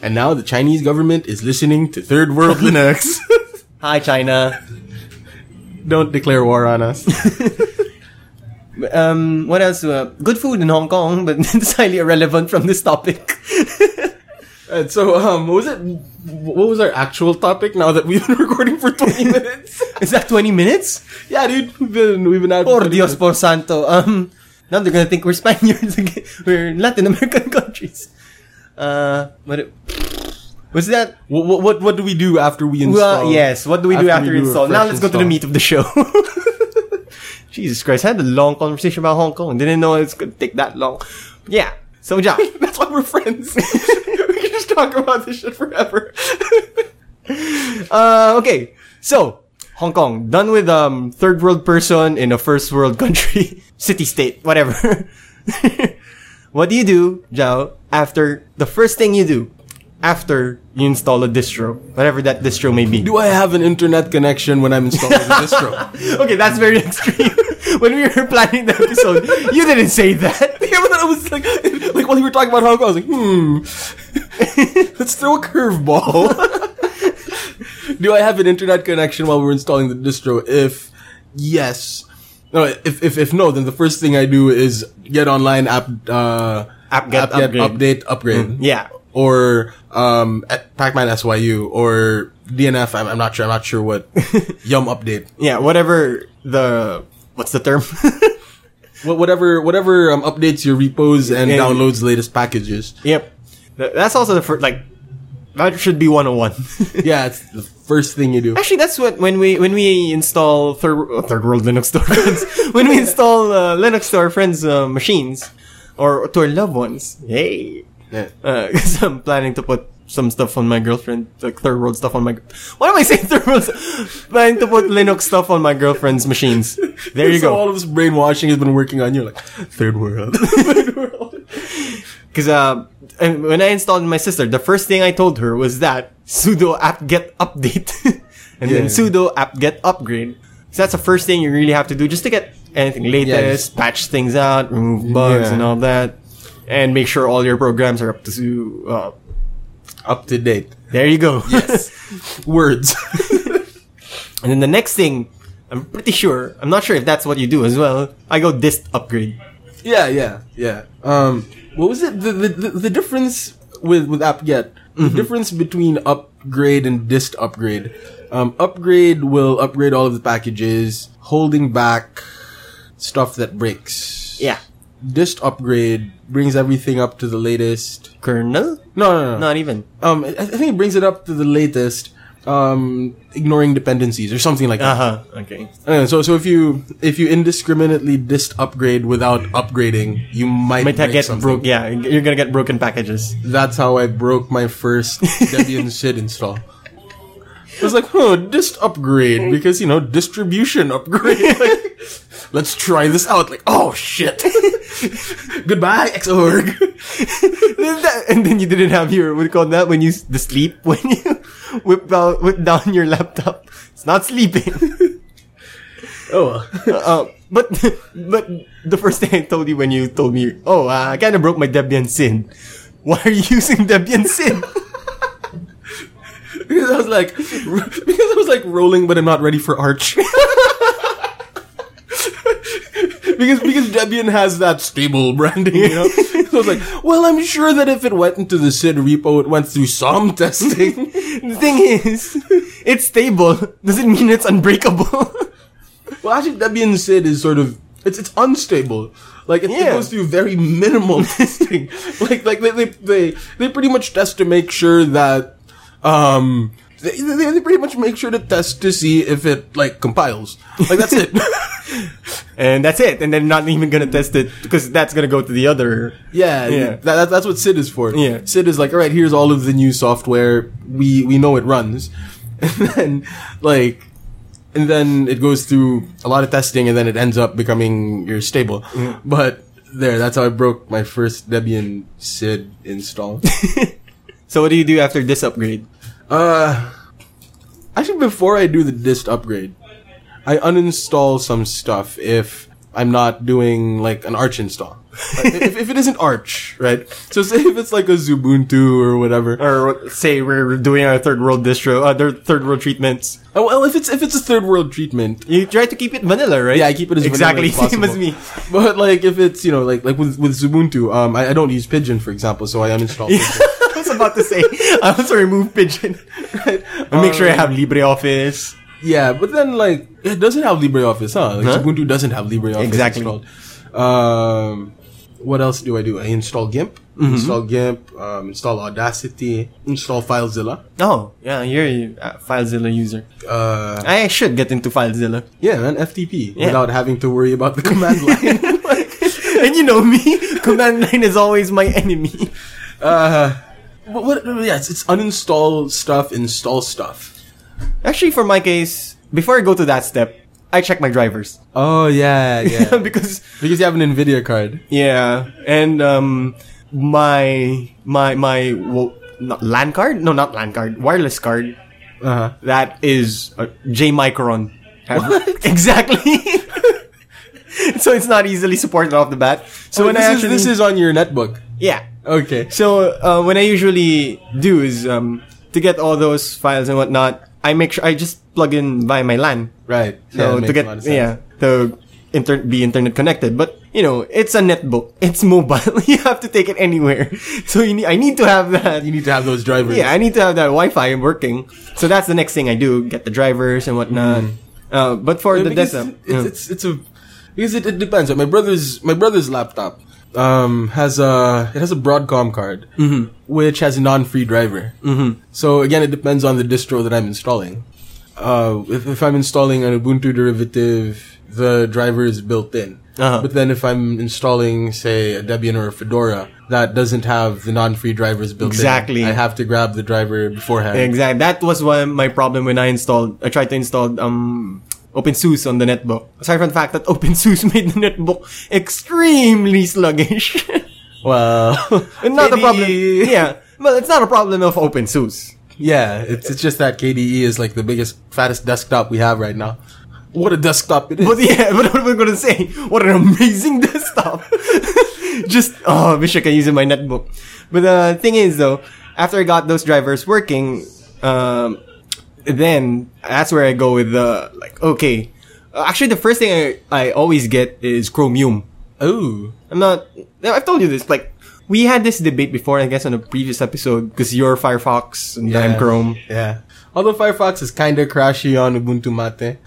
Speaker 2: And now the Chinese government is listening to Third World [LAUGHS] Linux.
Speaker 1: Hi, China.
Speaker 2: Don't declare war on us.
Speaker 1: Um, what else? Uh, good food in Hong Kong, but [LAUGHS] it's highly irrelevant from this topic. [LAUGHS]
Speaker 2: And so, um, what was it? What was our actual topic? Now that we've been [LAUGHS] recording for twenty minutes,
Speaker 1: Is that 20 minutes?
Speaker 2: yeah, dude, we've been we've been out.
Speaker 1: Por Dios, por santo. Um, now they're gonna think we're Spaniards [LAUGHS] again. We're Latin American [LAUGHS] countries. Uh, but it, was that?
Speaker 2: What, what what what do we do after we install?
Speaker 1: Well, yes. What do we do after,
Speaker 2: we a
Speaker 1: install? Now
Speaker 2: fresh
Speaker 1: let's go to the
Speaker 2: install?
Speaker 1: meat of the show. [LAUGHS] Jesus Christ, I had a long conversation about Hong Kong. Didn't know it's gonna take that long. Yeah. So, yeah.
Speaker 2: [LAUGHS] That's why we're
Speaker 1: [LAUGHS]
Speaker 2: friends. we can just talk about this shit forever.
Speaker 1: Uh, okay. So, Hong Kong, done with um third world person in a first world [LAUGHS] country, city state, whatever. [LAUGHS] what do you do, Zhao, after the first thing you do after you install a distro, whatever that distro may be? [LAUGHS]
Speaker 2: do I have an internet connection when I'm installing the [LAUGHS] distro?
Speaker 1: okay, that's very [LAUGHS] extreme. when we were planning the episode, you didn't say that. [LAUGHS]
Speaker 2: Yeah, but then I was like, like while you were talking about Hong Kong, I was like, [LAUGHS] hmm, let's throw a curveball. [LAUGHS] Do I have an internet connection while we're installing the distro? If yes, no. If if, if no, then the first thing I do is get online app uh,
Speaker 1: App get upgrade. Mm-hmm.
Speaker 2: update upgrade.
Speaker 1: Yeah.
Speaker 2: Or um, at Pacman SYU or DNF. I'm, I'm not sure. I'm not
Speaker 1: [LAUGHS]
Speaker 2: sure what Yum update.
Speaker 1: Yeah, whatever the what's the term? [LAUGHS]
Speaker 2: Wha- Whatever whatever um, updates your repos and
Speaker 1: Yeah.
Speaker 2: downloads latest packages.
Speaker 1: yep. Th- That's also the first like that should be [LAUGHS] 101.
Speaker 2: yeah, it's the first thing you do.
Speaker 1: Actually, that's what when we when we install third uh, third world Linux store [LAUGHS] friends, when we install uh, Linux to our friends' uh, machines or to our loved ones. Hey,
Speaker 2: Yeah.
Speaker 1: [LAUGHS] because I'm planning to put some stuff on my girlfriend, like third world stuff on my. Why am I saying [LAUGHS] third world? stuff? planning to put Linux stuff on my girlfriend's machines. There you
Speaker 2: so
Speaker 1: go.
Speaker 2: all of this brainwashing has been working on you, like third world.
Speaker 1: Because uh, and when I installed my sister, the first thing I told her was that sudo apt-get update, [LAUGHS] and then
Speaker 2: Yeah.
Speaker 1: sudo apt-get upgrade. So that's the first thing you really have to do just to get anything latest,
Speaker 2: just-
Speaker 1: patch things out, remove bugs,
Speaker 2: Yeah.
Speaker 1: and all that, and make sure all your programs are up to. Uh,
Speaker 2: [LAUGHS] Up to date.
Speaker 1: there you go.
Speaker 2: Words.
Speaker 1: [LAUGHS] and then the next thing, I'm pretty sure. I'm not sure if that's what you do as well. I go dist upgrade.
Speaker 2: [LAUGHS] yeah, yeah, yeah. Um, what was it? The the, the, the difference with with apt-get. The difference between upgrade and dist upgrade. Um, upgrade will upgrade all of the packages, holding back stuff that breaks.
Speaker 1: Yeah,
Speaker 2: Dist upgrade brings everything up to the latest.
Speaker 1: kernel.
Speaker 2: No, no, no.
Speaker 1: Not even.
Speaker 2: um, I I think it brings it up to the latest, um, ignoring dependencies or something like
Speaker 1: Uh
Speaker 2: that.
Speaker 1: huh. Okay.
Speaker 2: Uh, so, so if you if you indiscriminately dist upgrade without upgrading, you might,
Speaker 1: Might
Speaker 2: break
Speaker 1: get
Speaker 2: something.
Speaker 1: broke. Yeah, you're gonna get broken packages.
Speaker 2: That's how I broke my
Speaker 1: [LAUGHS]
Speaker 2: first Debian SID install. I was like, oh, dist upgrade because you know distribution upgrade. [LAUGHS] Like, let's try this out. Like, oh shit. [LAUGHS] Goodbye, Xorg.
Speaker 1: Then that- and then you didn't have your what do you call that when you s- the sleep [LAUGHS] when you whip out whip down your laptop. It's not sleeping.
Speaker 2: [LAUGHS]
Speaker 1: [LAUGHS]
Speaker 2: oh. well.
Speaker 1: Uh, but but the first thing I told you when you told me, oh, uh, I kind of broke my Debian sin. Why are you [LAUGHS] using Debian sin?
Speaker 2: Because I was like, because I was like rolling, but I'm not ready for Arch. because because Debian has that stable branding, you know. so I was like, well, I'm sure that if it went into the SID repo, it went through some [LAUGHS] testing.
Speaker 1: [LAUGHS] the thing is, it's stable. Doesn't mean it's unbreakable. [LAUGHS]
Speaker 2: well, actually, Debian SID is sort of It's it's unstable. Like it, it
Speaker 1: Yeah.
Speaker 2: goes through very minimal [LAUGHS] testing. like like they, they they they pretty much test to make sure that um they, they, they pretty much make sure to test to see if it like compiles. Like
Speaker 1: [LAUGHS]
Speaker 2: that's it. [LAUGHS]
Speaker 1: and that's it. And they're not even gonna test it because that's gonna go to the other.
Speaker 2: Yeah,
Speaker 1: Yeah.
Speaker 2: yeah. That, that, that's what SID is for.
Speaker 1: Yeah.
Speaker 2: SID is like, all right, here's all of the new software. We we know it runs, [LAUGHS] and then like, and then it goes through a lot of testing, and then it ends up becoming your stable. But there, that's how I broke my first Debian SID install.
Speaker 1: So what do you do after this upgrade?
Speaker 2: uh, actually, before I do the dist upgrade, I uninstall some stuff if. I'm not doing like an Arch install. Like, if, if it isn't Arch, right? So say if it's like a Zubuntu or whatever,
Speaker 1: Or say we're doing our third world distro, uh, their third world treatments.
Speaker 2: Oh, well, if it's if it's a third world treatment,
Speaker 1: You try to keep it vanilla, right?
Speaker 2: yeah, I keep it as vanilla
Speaker 1: exactly
Speaker 2: as possible.
Speaker 1: [LAUGHS] same as me.
Speaker 2: But like, if it's you know like like with with Ubuntu, um, I, I don't use Pigeon for example, so I [LAUGHS] uninstall. Pigeon.
Speaker 1: [LAUGHS] I was about to say I also remove pigeon [LAUGHS] and make sure I have LibreOffice.
Speaker 2: Yeah, but then like it doesn't have LibreOffice, huh? Like,
Speaker 1: Huh?
Speaker 2: Ubuntu doesn't have LibreOffice
Speaker 1: Exactly.
Speaker 2: installed. Um, what else do I do? I install GIMP,
Speaker 1: Mm-hmm.
Speaker 2: install GIMP, um, install Audacity, install FileZilla.
Speaker 1: Oh yeah, you're a uh, FileZilla user.
Speaker 2: Uh,
Speaker 1: I should get into FileZilla.
Speaker 2: yeah, man, FTP
Speaker 1: Yeah.
Speaker 2: without having to worry about the [LAUGHS] command line.
Speaker 1: [LAUGHS] [LAUGHS] and you know me, [LAUGHS] command line is always my enemy.
Speaker 2: uh, what, what? Yeah, it's, it's uninstall stuff, install stuff.
Speaker 1: Actually, for my case, before I go to that step, I check my drivers
Speaker 2: Oh yeah, yeah.
Speaker 1: [LAUGHS] because
Speaker 2: [LAUGHS] Because you have an Nvidia card.
Speaker 1: yeah, and um, my my my well, not LAN card, no, not LAN card, wireless card. Uh-huh.
Speaker 2: Uh huh.
Speaker 1: That is uh, a J Micron. [LAUGHS] Exactly. so it's not easily supported off the bat. So
Speaker 2: So
Speaker 1: when I
Speaker 2: Oh, this,
Speaker 1: actually
Speaker 2: is, this is on your netbook.
Speaker 1: yeah.
Speaker 2: Okay.
Speaker 1: So uh, when I usually do is um, to get all those files and whatnot, I make sure I just plug in via my LAN.
Speaker 2: Right.
Speaker 1: So
Speaker 2: that
Speaker 1: to
Speaker 2: makes a lot of
Speaker 1: get
Speaker 2: sense.
Speaker 1: yeah to inter- be internet connected, but you know it's a netbook. [LAUGHS] It's mobile. you have to take it anywhere. [LAUGHS] So you need, I need to have that.
Speaker 2: You need to have those drivers.
Speaker 1: Yeah, I need to have that Wi-Fi working. So that's the next thing I do: get the drivers and whatnot. Uh, but for the
Speaker 2: Mm-hmm. because
Speaker 1: desktop,
Speaker 2: it's, it's, it's a because it, it depends. My brother's my brother's laptop um has a it has a Broadcom card which has a non-free driver. Mm-hmm. So again, it depends on the distro that I'm installing. Uh, if, if I'm installing an Ubuntu derivative, the driver is built in.
Speaker 1: Uh-huh.
Speaker 2: But then if I'm installing, say, a Debian or a Fedora that doesn't have the non-free drivers built
Speaker 1: Exactly.
Speaker 2: in, I have to grab the driver beforehand.
Speaker 1: exactly that was one my problem when I installed. I tried to install um. OpenSUSE on the netbook. Aside from the fact that [LAUGHS] OpenSUSE made the netbook extremely sluggish. [LAUGHS]
Speaker 2: [LAUGHS] Well,
Speaker 1: And [LAUGHS] not a problem.
Speaker 2: KDE.
Speaker 1: Yeah. Well, it's not a problem of OpenSUSE.
Speaker 2: Yeah, it's, it's just that KDE is like the biggest, fattest desktop we have right now. What a desktop it is.
Speaker 1: But yeah, [LAUGHS] but what am I gonna say? What an amazing [LAUGHS] desktop! Just oh, I wish I could use it in my netbook. But the thing is, though, after I got those drivers working, um, then that's where I go with the like. Okay, Uh, actually, the first thing I, I always get is Chromium.
Speaker 2: Oh,
Speaker 1: I'm not. no, I've told you this. Like we had this debate before, I guess, on a previous episode because you're Firefox and I'm Chrome.
Speaker 2: Yeah. Although Firefox is kinda crashy on Ubuntu Mate,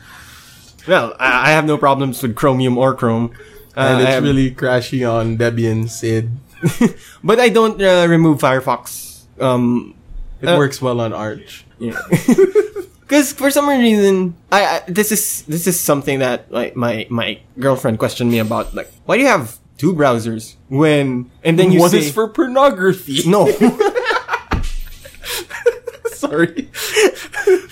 Speaker 1: Well, I, I have no problems with Chromium or Chrome. Uh,
Speaker 2: and
Speaker 1: I
Speaker 2: it's
Speaker 1: have-
Speaker 2: really crashy on Debian SID.
Speaker 1: [LAUGHS] but I don't uh, remove Firefox. Um,
Speaker 2: It
Speaker 1: Uh,
Speaker 2: works well on Arch.
Speaker 1: [LAUGHS] because for some reason, I, I this is this is something that like my my girlfriend questioned me about. Like, why do you have two browsers when and then you
Speaker 2: One
Speaker 1: say
Speaker 2: is for pornography.
Speaker 1: no
Speaker 2: [LAUGHS] Sorry.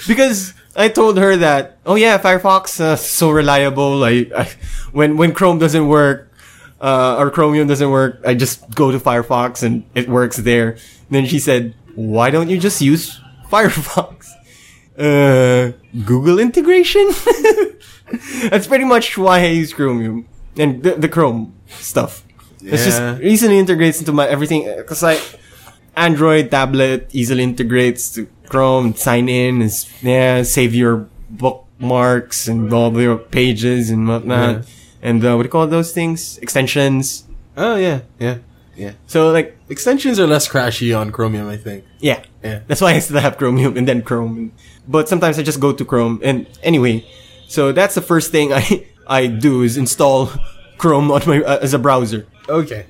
Speaker 1: because. I told her that, oh yeah, Firefox uh, so reliable. I, I when when Chrome doesn't work uh, or Chromium doesn't work, I just go to Firefox and it works there. And then she said, why don't you just use Firefox? Uh, Google integration. [LAUGHS] That's pretty much why I use Chromium and the, the Chrome stuff. It's
Speaker 2: Yeah.
Speaker 1: just easily integrates into my everything because like Android tablet easily integrates to Chrome, sign in, and s- yeah, save your bookmarks and all your pages and whatnot, and uh, what do you call those things? Extensions.
Speaker 2: Oh yeah, yeah, yeah.
Speaker 1: So like,
Speaker 2: Extensions are less crashy on Chromium, I think.
Speaker 1: yeah,
Speaker 2: Yeah.
Speaker 1: That's why I still have Chromium and then Chrome. [LAUGHS] But sometimes I [LAUGHS] just go to Chrome. And anyway, so that's the first thing I I do is install [LAUGHS] Chrome on my uh, as a browser.
Speaker 2: Okay.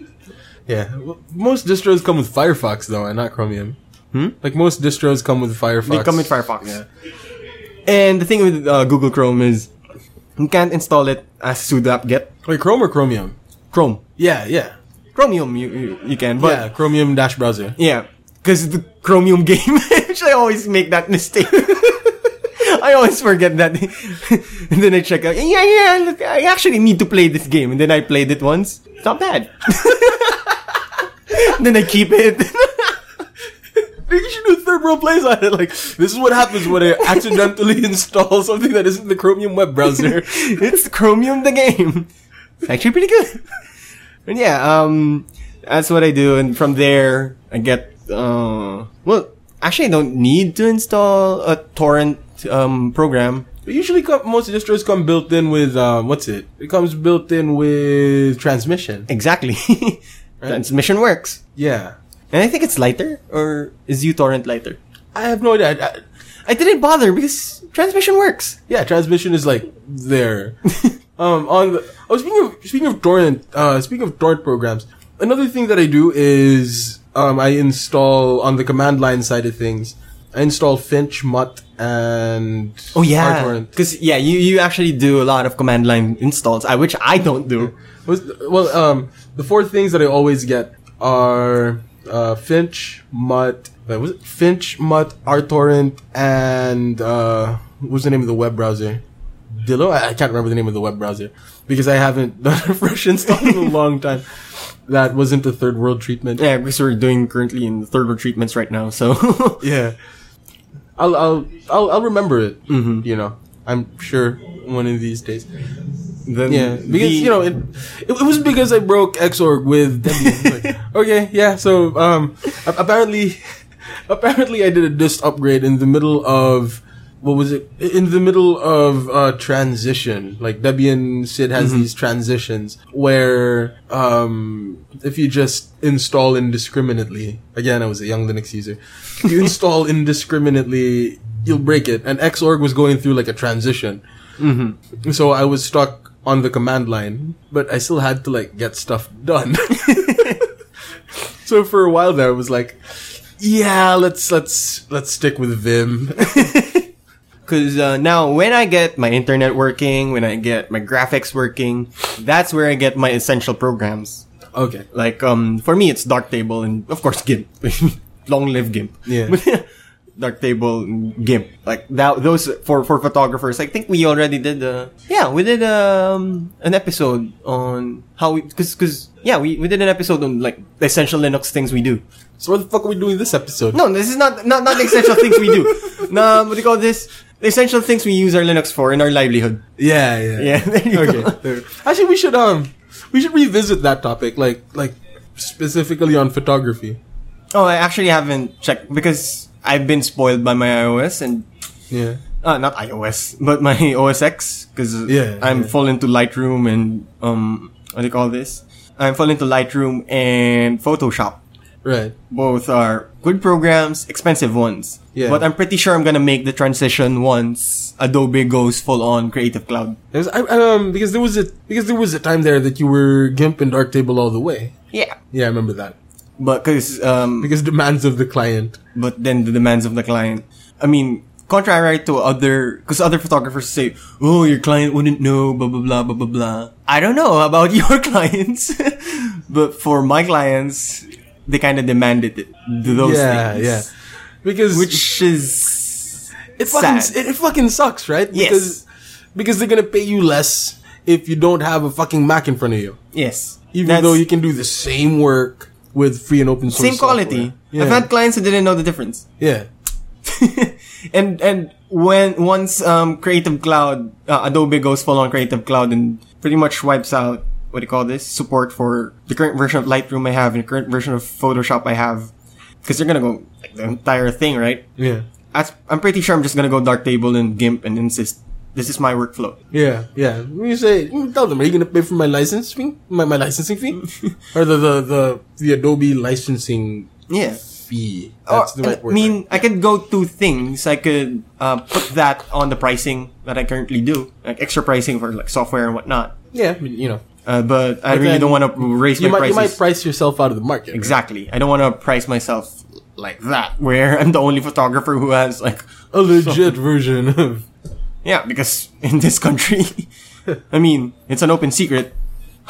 Speaker 2: Yeah. Well, most distros come with Firefox though, and not Chromium. Hmm? Like most distros come with Firefox.
Speaker 1: They come with Firefox. And the thing with uh, Google Chrome is you can't install it as sudo apt-get.
Speaker 2: Wait, Chrome or Chromium?
Speaker 1: Chrome.
Speaker 2: Yeah, yeah.
Speaker 1: Chromium you, you, you can, but
Speaker 2: yeah, Chromium dash [LAUGHS] browser.
Speaker 1: Yeah, because the Chromium [LAUGHS] game, which I always make that mistake. [LAUGHS] I always forget that. [LAUGHS] and then I check out, yeah, yeah, look, I actually need to play this game. And then I played it once. It's not bad. [LAUGHS] then I keep it. [LAUGHS]
Speaker 2: You should do third world plays on it. Like this is what happens when I [LAUGHS] accidentally install something that isn't the Chromium web browser.
Speaker 1: [LAUGHS] it's Chromium the game. It's actually pretty good. But yeah, um, that's what I do. And from there, I get, uh, well, actually I don't need to install a torrent, um, program.
Speaker 2: [LAUGHS] But usually, co- most distros come built in with um, what's it? It comes built in with transmission.
Speaker 1: Exactly. [LAUGHS] Transmission works.
Speaker 2: Yeah,
Speaker 1: And I think it's lighter, or is uTorrent lighter?
Speaker 2: I have no idea. I, I,
Speaker 1: I didn't bother because transmission works.
Speaker 2: yeah, transmission is like
Speaker 1: [LAUGHS]
Speaker 2: there. um, on the, oh, speaking of speaking of torrent, uh, speaking of torrent programs, another thing that I do is um, I install on the command line side of things. I install Finch, Mutt, and
Speaker 1: Oh yeah,
Speaker 2: RTorrent.
Speaker 1: because yeah, you, you actually do a lot of command line installs, I which I don't do.
Speaker 2: What's the- well, um, the four things that I always get are uh, Finch, Mutt, wait, was it Finch, Mutt, RTorrent, and uh, what's the name of the web browser? Dillo? I, I can't remember the name of the web browser because I haven't [LAUGHS] done a fresh install in a long time. That wasn't the third world treatment.
Speaker 1: Yeah, because we're doing currently in the third world treatments right now, so [LAUGHS]
Speaker 2: Yeah. I'll I'll I'll, I'll remember it. You know, I'm sure one of these days.
Speaker 1: then
Speaker 2: Yeah, because you know it, it. It was because I broke Xorg with Debian. Like, okay, yeah. So um, a- apparently, [LAUGHS] apparently I did a dist upgrade in the middle of what was it? In the middle of uh, transition, like Debian Sid has these transitions where um, if you just install indiscriminately. Again, I was a young Linux user. If you install indiscriminately, you'll break it. And Xorg was going through like a transition. So I was stuck on the command line, but I still had to like get stuff
Speaker 1: [LAUGHS]
Speaker 2: done. so for a while there, I was like, "Yeah, let's let's let's stick with Vim." [LAUGHS]
Speaker 1: because uh, now when I get my internet working, when I get my graphics working, that's where I get my essential programs.
Speaker 2: okay,
Speaker 1: Like um, for me, it's Darktable and of course GIMP. [LAUGHS] Long live GIMP. [LAUGHS]
Speaker 2: Yeah.
Speaker 1: Darktable, and GIMP. Like that. Those for for photographers. I think we already did. Uh, yeah, we did um an episode on how we because because yeah we, we did an episode on like the essential Linux things we do.
Speaker 2: so what the fuck are we doing this episode?
Speaker 1: No, this is not not not the essential things we do. No, what do you call this? The essential things we use our Linux for in our livelihood.
Speaker 2: Yeah, yeah,
Speaker 1: Yeah, [LAUGHS] there you
Speaker 2: okay.
Speaker 1: go.
Speaker 2: there. Actually, we should um, we should revisit that topic, like like specifically on photography.
Speaker 1: Oh, I actually haven't checked because I've been spoiled by my iOS and
Speaker 2: Yeah.
Speaker 1: uh, not iOS, but my [LAUGHS] OS X because
Speaker 2: Yeah,
Speaker 1: I'm
Speaker 2: yeah.
Speaker 1: full into Lightroom and um what do you call this? I'm full into Lightroom and Photoshop.
Speaker 2: Right.
Speaker 1: Both are good programs, expensive ones.
Speaker 2: Yeah.
Speaker 1: But I'm pretty sure I'm gonna make the transition once Adobe goes full on Creative Cloud.
Speaker 2: There's, I, um, because there was a because there was a time there that you were GIMP and Darktable all the way.
Speaker 1: Yeah.
Speaker 2: Yeah, I remember that.
Speaker 1: But cause um
Speaker 2: Because demands of the client.
Speaker 1: but then the demands of the client. I mean, contrary to other, because other photographers say, "Oh, your client wouldn't know," blah blah blah blah blah blah. I don't know [LAUGHS] about your clients, but for my clients, they kind of demanded it. th- Those
Speaker 2: yeah,
Speaker 1: things,
Speaker 2: yeah. Because
Speaker 1: which is
Speaker 2: it fucking
Speaker 1: sad.
Speaker 2: It, it fucking sucks, right?
Speaker 1: Yes.
Speaker 2: Because because they're gonna pay you less if you don't have a fucking Mac in front of you,
Speaker 1: yes,
Speaker 2: even
Speaker 1: That's
Speaker 2: though you can do the same work with free and open source.
Speaker 1: same
Speaker 2: software.
Speaker 1: quality.
Speaker 2: Yeah.
Speaker 1: I've had clients who didn't know the difference.
Speaker 2: yeah.
Speaker 1: [LAUGHS] and and when once um Creative Cloud uh, Adobe goes full on Creative Cloud and pretty much wipes out what do you call this support for the current version of Lightroom I have and the current version of Photoshop I have because they're gonna go like, the entire thing right.
Speaker 2: Yeah.
Speaker 1: That's, I'm pretty sure I'm just gonna go Darktable and GIMP and insist this is my workflow.
Speaker 2: Yeah, yeah. When you say, you tell them, are you gonna pay for my license fee? My, my licensing
Speaker 1: [LAUGHS]
Speaker 2: fee, or the, the the the Adobe licensing
Speaker 1: Yeah.
Speaker 2: fee?
Speaker 1: Or-
Speaker 2: That's the right
Speaker 1: Uh, I
Speaker 2: word.
Speaker 1: mean,
Speaker 2: right?
Speaker 1: I could go two things. I could uh, put that on the pricing that I currently do, like extra pricing for like software and whatnot.
Speaker 2: yeah, I mean, you know,
Speaker 1: Uh, but I
Speaker 2: But
Speaker 1: really
Speaker 2: then
Speaker 1: don't want to raise
Speaker 2: You
Speaker 1: my
Speaker 2: might, you
Speaker 1: prices.
Speaker 2: might price yourself out of the market. right?
Speaker 1: exactly. I don't want to price myself like that, where [LAUGHS] I'm the only photographer who has like,
Speaker 2: A legit version of.
Speaker 1: yeah, because [LAUGHS] in this country, I mean, it's an open secret.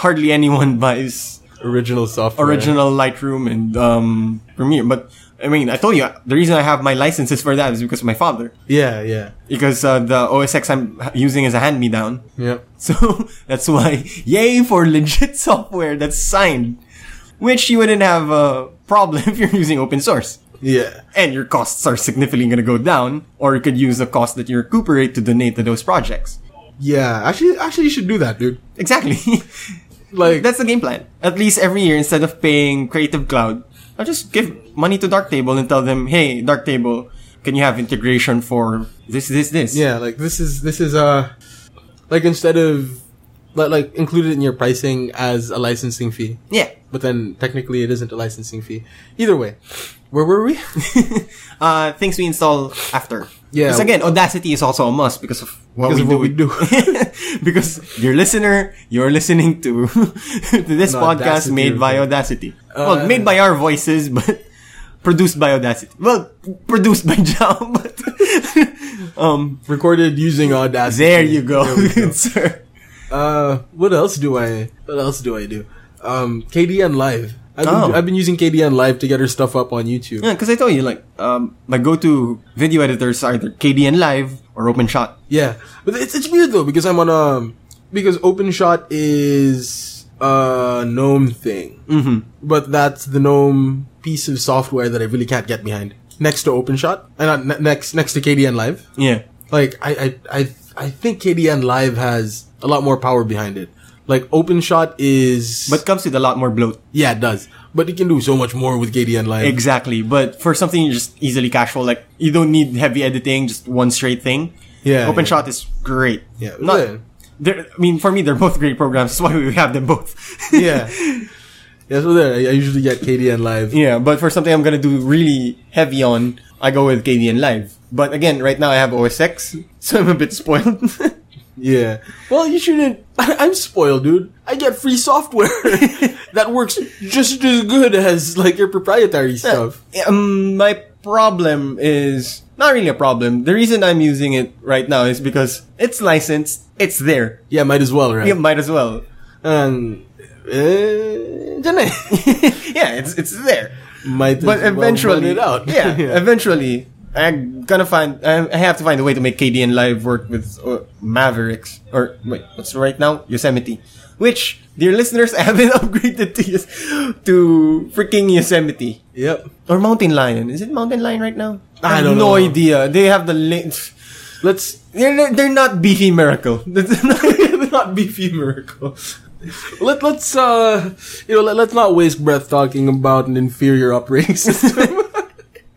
Speaker 1: Hardly anyone buys
Speaker 2: original software.
Speaker 1: original Lightroom and um, Premiere. But I mean, I told you the reason I have my licenses for that is because of my father.
Speaker 2: Yeah, yeah,
Speaker 1: Because uh, the OSX I'm h- using is a hand me down.
Speaker 2: yeah.
Speaker 1: So [LAUGHS] that's why, yay for legit [LAUGHS] software that's signed, which you wouldn't have a problem [LAUGHS] if you're using open source.
Speaker 2: Yeah.
Speaker 1: And your costs are significantly going to go down, or you could use the cost that you recuperate to donate to those projects.
Speaker 2: Yeah. Actually, actually, you should do that, dude.
Speaker 1: Exactly. [LAUGHS]
Speaker 2: Like,
Speaker 1: that's the game plan. At least every year, instead of paying Creative Cloud, I'll just give money to Darktable and tell them, hey, Darktable, can you have integration for this, this, this?
Speaker 2: yeah, like this is this is uh, like instead of like like included in your pricing as a licensing fee,
Speaker 1: Yeah.
Speaker 2: but then technically it isn't a licensing fee. Either way, where were we? [LAUGHS]
Speaker 1: [LAUGHS] uh, things we install after.
Speaker 2: Yeah.
Speaker 1: Because again, Audacity is also a must because of what, we,
Speaker 2: Because of
Speaker 1: do. [LAUGHS]
Speaker 2: what we
Speaker 1: because your listener, you're listening to, [LAUGHS] to this
Speaker 2: An
Speaker 1: podcast
Speaker 2: Audacity
Speaker 1: made by
Speaker 2: review.
Speaker 1: Audacity. well, made by our voices, [LAUGHS] but produced by Audacity. Well, produced by [LAUGHS] Jao, but um,
Speaker 2: Recorded using Audacity.
Speaker 1: there you go,
Speaker 2: we go.
Speaker 1: good [LAUGHS] sir.
Speaker 2: Uh, what else do I? What else do I do? Um, KDN Live. I've,
Speaker 1: Oh.
Speaker 2: been, I've been using KDN Live to get her stuff up on YouTube.
Speaker 1: Yeah, because I told you, like, um, my go-to video editors are either KDN Live or OpenShot.
Speaker 2: Yeah, but it's it's weird though because I'm on um because OpenShot is a GNOME thing, mm-hmm. but that's the GNOME piece of software that I really can't get behind. Next to OpenShot, and uh, ne- next next to KDN Live,
Speaker 1: Yeah.
Speaker 2: like I I I I think KDN Live has a lot more power behind it. Like OpenShot is,
Speaker 1: But comes with a lot more bloat.
Speaker 2: yeah, it does. But it can do so much more with KDN Live.
Speaker 1: Exactly, but for something you're just easily casual, like you don't need heavy editing, just one straight thing.
Speaker 2: Yeah,
Speaker 1: OpenShot is great.
Speaker 2: Yeah, it was
Speaker 1: not.
Speaker 2: there.
Speaker 1: They're, I mean, for me, they're both great programs. [LAUGHS] That's why we have them both.
Speaker 2: yeah, yeah. So there, I, I usually get KDN
Speaker 1: [LAUGHS]
Speaker 2: Live.
Speaker 1: yeah, but for something I'm gonna do really heavy on, I go with KDN Live. But again, right now I have OSX, [LAUGHS] so I'm a bit spoiled. [LAUGHS]
Speaker 2: Yeah. Well, you shouldn't. [LAUGHS] I'm spoiled, dude. I get free [LAUGHS] software that works just as good as like your proprietary stuff.
Speaker 1: um, my problem is not really a problem. The reason I'm using it right now is because it's licensed. It's there.
Speaker 2: Yeah, might as well, right?
Speaker 1: You might as well.
Speaker 2: Um, eh, dyan eh.
Speaker 1: yeah, it's it's there.
Speaker 2: [LAUGHS] might as
Speaker 1: but
Speaker 2: well
Speaker 1: eventually,
Speaker 2: run it out. [LAUGHS]
Speaker 1: yeah, eventually, I'm gonna find. I, I have to find a way to make KDN Live work with uh, Mavericks or wait, what's right now Yosemite, which dear listeners, [LAUGHS] I haven't upgraded to Yos- to freaking Yosemite
Speaker 2: Yep.
Speaker 1: or Mountain Lion. Is it Mountain Lion right now?
Speaker 2: I
Speaker 1: have
Speaker 2: don't
Speaker 1: no
Speaker 2: know.
Speaker 1: idea. They have the link.
Speaker 2: Let's
Speaker 1: They're, they're- they're not beefy miracle. [LAUGHS] That's not-
Speaker 2: not beefy [LAUGHS] miracle. Let let's uh you know let, let's not waste breath talking about an inferior operating [LAUGHS] system.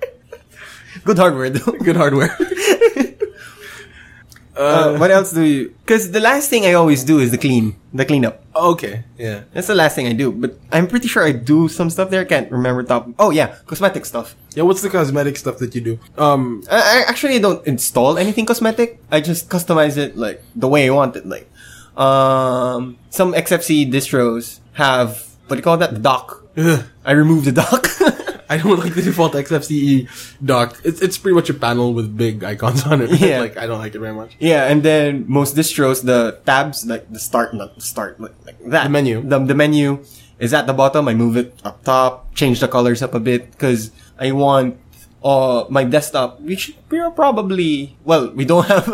Speaker 1: [LAUGHS] Good hardware though.
Speaker 2: good [LAUGHS] hardware.
Speaker 1: Uh, what else do you? Because the last thing I always do is the clean, the cleanup.
Speaker 2: Uh, Okay. Yeah.
Speaker 1: That's the last thing I do, but I'm pretty sure I do some stuff there. I can't remember top. Oh yeah, cosmetic stuff.
Speaker 2: Yeah. What's the cosmetic stuff that you do? Um.
Speaker 1: I, I actually don't install anything cosmetic. I just customize it like the way I want it. Like, um, some XFC distros have what do you call that? The dock.
Speaker 2: ugh.
Speaker 1: I remove the dock. [LAUGHS]
Speaker 2: I don't [LAUGHS] like the default XFCE dock. E It's it's pretty much a panel with big icons on it.
Speaker 1: Yeah.
Speaker 2: like I don't like it very much.
Speaker 1: yeah, and then most distros, the tabs, like the start, not the start, like, like that.
Speaker 2: The menu.
Speaker 1: The, the menu is at the bottom. I move it up top, change the colors up a bit because I want uh, my desktop, which we are probably, well, we don't [LAUGHS] have,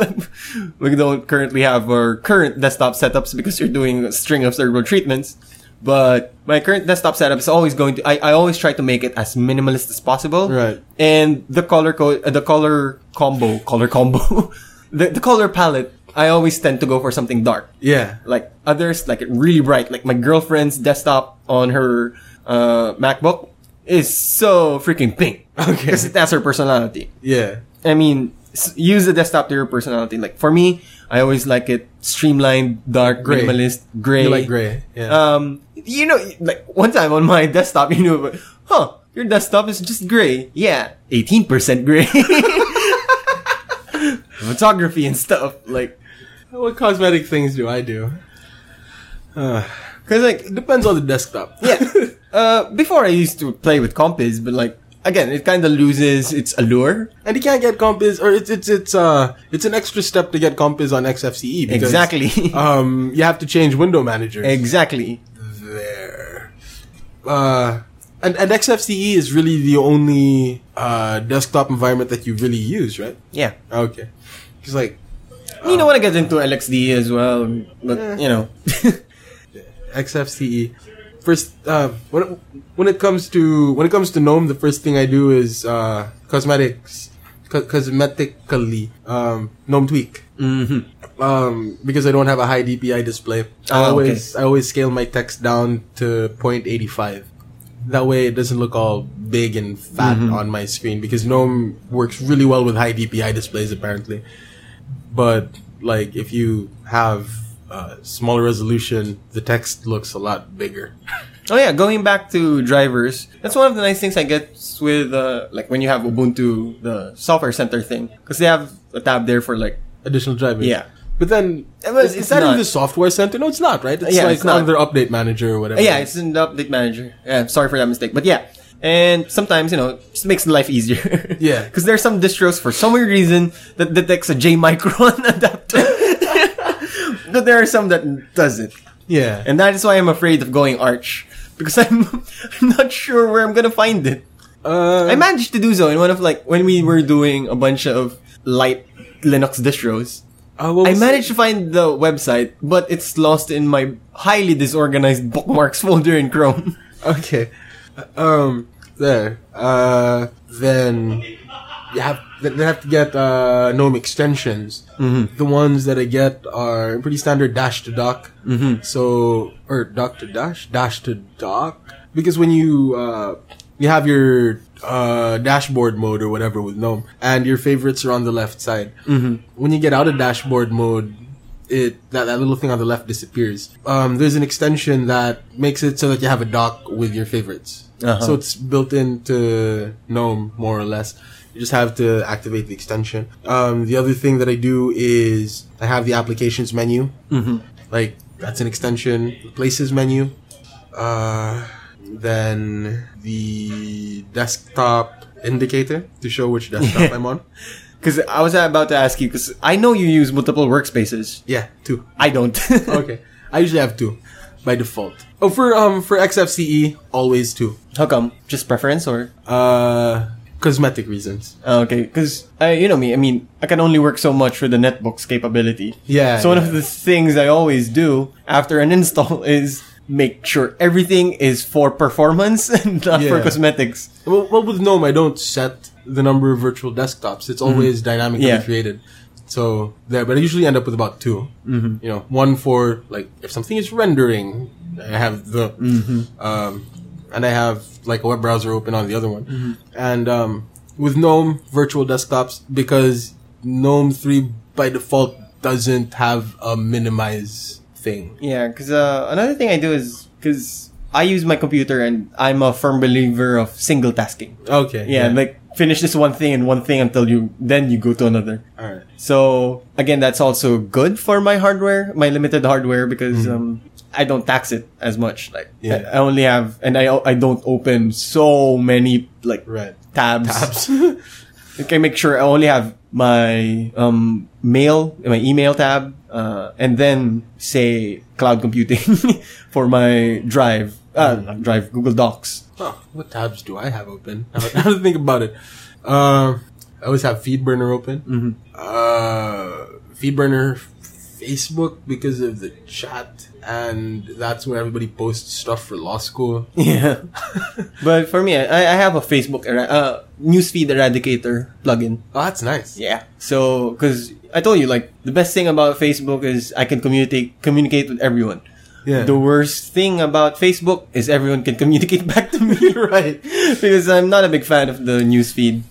Speaker 1: we don't currently have our current desktop setups because you're doing a string of several treatments. But my current desktop setup is always going to, I, I always try to make it as minimalist as possible.
Speaker 2: Right.
Speaker 1: And the color code, uh, the color combo, color combo, [LAUGHS] the, the color palette, I always tend to go for something dark
Speaker 2: Yeah.
Speaker 1: like others, like really bright. Like my girlfriend's desktop on her uh, MacBook is so freaking pink. [LAUGHS]
Speaker 2: Okay.
Speaker 1: Because that's her personality.
Speaker 2: Yeah.
Speaker 1: I mean, s- use the desktop to your personality. Like for me, I always like it streamlined, dark,
Speaker 2: Gray.
Speaker 1: minimalist, gray.
Speaker 2: You like gray. Yeah.
Speaker 1: Um, you know, like one time on my [LAUGHS] desktop, you know, huh, your desktop is just gray. Yeah, 18% gray. [LAUGHS] Photography and stuff. Like,
Speaker 2: what cosmetic things do I do? Uh,
Speaker 1: Cause like,
Speaker 2: It depends on the desktop.
Speaker 1: yeah, [LAUGHS] uh, before I used to play with Compiz, but like, again, it kind of loses its allure.
Speaker 2: [LAUGHS] And you can't get Compiz, or it's it's it's uh it's an extra step to get Compiz on XFCE. E Because,
Speaker 1: Exactly. [LAUGHS]
Speaker 2: Um, you have to change window manager.
Speaker 1: Exactly.
Speaker 2: there. Uh, and, and XFCE E is really the only uh, desktop environment that you really use, right?
Speaker 1: Yeah.
Speaker 2: Okay. Because like
Speaker 1: you know, when I get into LXD as well, but you know, [LAUGHS]
Speaker 2: XFCE, E. first uh, when it, when it comes to when it comes to GNOME, the first thing I do is uh, cosmetics, co- cosmetically um, GNOME tweak. Mm-hmm. Um, because I don't have a high DPI display, I
Speaker 1: Ah, okay.
Speaker 2: always I always scale my text down to 0.85. That way, it doesn't look all big and fat
Speaker 1: Mm-hmm.
Speaker 2: on my screen because GNOME works really well with high DPI displays, apparently. But like, if you have uh, smaller resolution, the text looks a lot bigger.
Speaker 1: Oh yeah, going back to drivers, that's one of the nice things I get with uh, like when you have Ubuntu, the software center thing, because they have a tab there for like
Speaker 2: Additional drivers.
Speaker 1: Yeah.
Speaker 2: But then,
Speaker 1: was-
Speaker 2: is, is
Speaker 1: it's
Speaker 2: that in
Speaker 1: not.
Speaker 2: the software center? No, it's not, right? It's
Speaker 1: Yeah,
Speaker 2: like
Speaker 1: it's not.
Speaker 2: on their update manager or whatever.
Speaker 1: Uh, yeah, it's in the update manager. Yeah, sorry for that mistake, but yeah. And sometimes you know, it just makes life easier. [LAUGHS]
Speaker 2: Yeah.
Speaker 1: because there's some distros for some weird reason that detects a J [LAUGHS] micron adapter, but there are some that doesn't.
Speaker 2: yeah.
Speaker 1: And that is why I'm afraid of going Arch because [LAUGHS] I'm I'm not sure where I'm gonna find it.
Speaker 2: uh,
Speaker 1: I managed to do so in one of like when we were doing a bunch of light Linux distros.
Speaker 2: uh, what
Speaker 1: I
Speaker 2: was
Speaker 1: managed to find the website, but it's lost in my highly disorganized bookmarks [LAUGHS] folder in Chrome.
Speaker 2: Okay. Um. There. Uh. Then you have then you have to get uh GNOME extensions. Mm-hmm. The ones that I get are pretty standard dash to doc. Mm-hmm. So or doc to dash dash to doc because when you uh you have your uh dashboard mode or whatever with GNOME and your favorites are on the left side. Mm-hmm. When you get out of dashboard mode, it that, that little thing on the left disappears. Um, there's an extension that makes it so that you have a dock with your favorites.
Speaker 1: Uh-huh.
Speaker 2: So it's built into GNOME more or less. You just have to activate the extension. Um, the other thing that I do is I have the applications menu. Mm-hmm. Like that's an extension. The places menu. Uh, then the desktop indicator to show which desktop I'm on.
Speaker 1: Because I was about to ask you, because I know you use multiple workspaces.
Speaker 2: Yeah, two.
Speaker 1: I don't.
Speaker 2: okay. I usually have two by default. Oh, for um for XFCE, always two.
Speaker 1: [LAUGHS] How come? Just preference or?
Speaker 2: Uh, cosmetic reasons.
Speaker 1: Okay, because uh, you know me. I mean, I can only work so much with the netbook's capability.
Speaker 2: Yeah,
Speaker 1: So one
Speaker 2: yeah.
Speaker 1: of the things I always do after an [LAUGHS] install is make sure everything is for performance [LAUGHS] and not for
Speaker 2: Yeah.
Speaker 1: cosmetics.
Speaker 2: Well, well, with GNOME, I don't set the number of virtual desktops. It's always dynamically
Speaker 1: Mhm. Yeah.
Speaker 2: created. So there, but I usually end up with about 2
Speaker 1: Mm-hmm.
Speaker 2: You know, one for like if something is rendering, I have the,
Speaker 1: Mm-hmm.
Speaker 2: um, and I have like a web browser open on the other one.
Speaker 1: Mm-hmm.
Speaker 2: And um, with GNOME virtual desktops, because GNOME three by default doesn't have a minimize thing.
Speaker 1: Yeah, because uh, another thing I do is because I use my computer and I'm a firm believer of single tasking.
Speaker 2: Okay.
Speaker 1: Yeah, like finish this one thing and one thing until you then you go to another.
Speaker 2: all right.
Speaker 1: So again, that's also good for my hardware, my limited hardware, because um, I don't tax it as much. Like
Speaker 2: Mm-hmm. Yeah.
Speaker 1: I, I only have, and I I don't open so many like [LAUGHS]
Speaker 2: [LAUGHS] Right.
Speaker 1: tabs.
Speaker 2: Tabs.
Speaker 1: Like, I make sure I only have my um mail, my email tab, uh, and then say cloud computing [LAUGHS] for my drive, uh,
Speaker 2: Mm-hmm.
Speaker 1: not drive Google
Speaker 2: [LAUGHS]
Speaker 1: Docs.
Speaker 2: Huh, what tabs do I have open? [LAUGHS] Now now to think about it. Uh, I always have FeedBurner open. Mm-hmm. Uh, FeedBurner, Facebook because of the chat, and that's where everybody posts stuff for law school.
Speaker 1: Yeah, but for me, I, I have a Facebook era- uh, newsfeed eradicator plugin.
Speaker 2: Oh, that's nice.
Speaker 1: Yeah. So, because I told you, like, the best thing about Facebook is I can communicate communicate with everyone.
Speaker 2: Yeah.
Speaker 1: The worst thing about Facebook is everyone can [LAUGHS] communicate back to me,
Speaker 2: [LAUGHS] Right.
Speaker 1: because I'm not a big fan of the newsfeed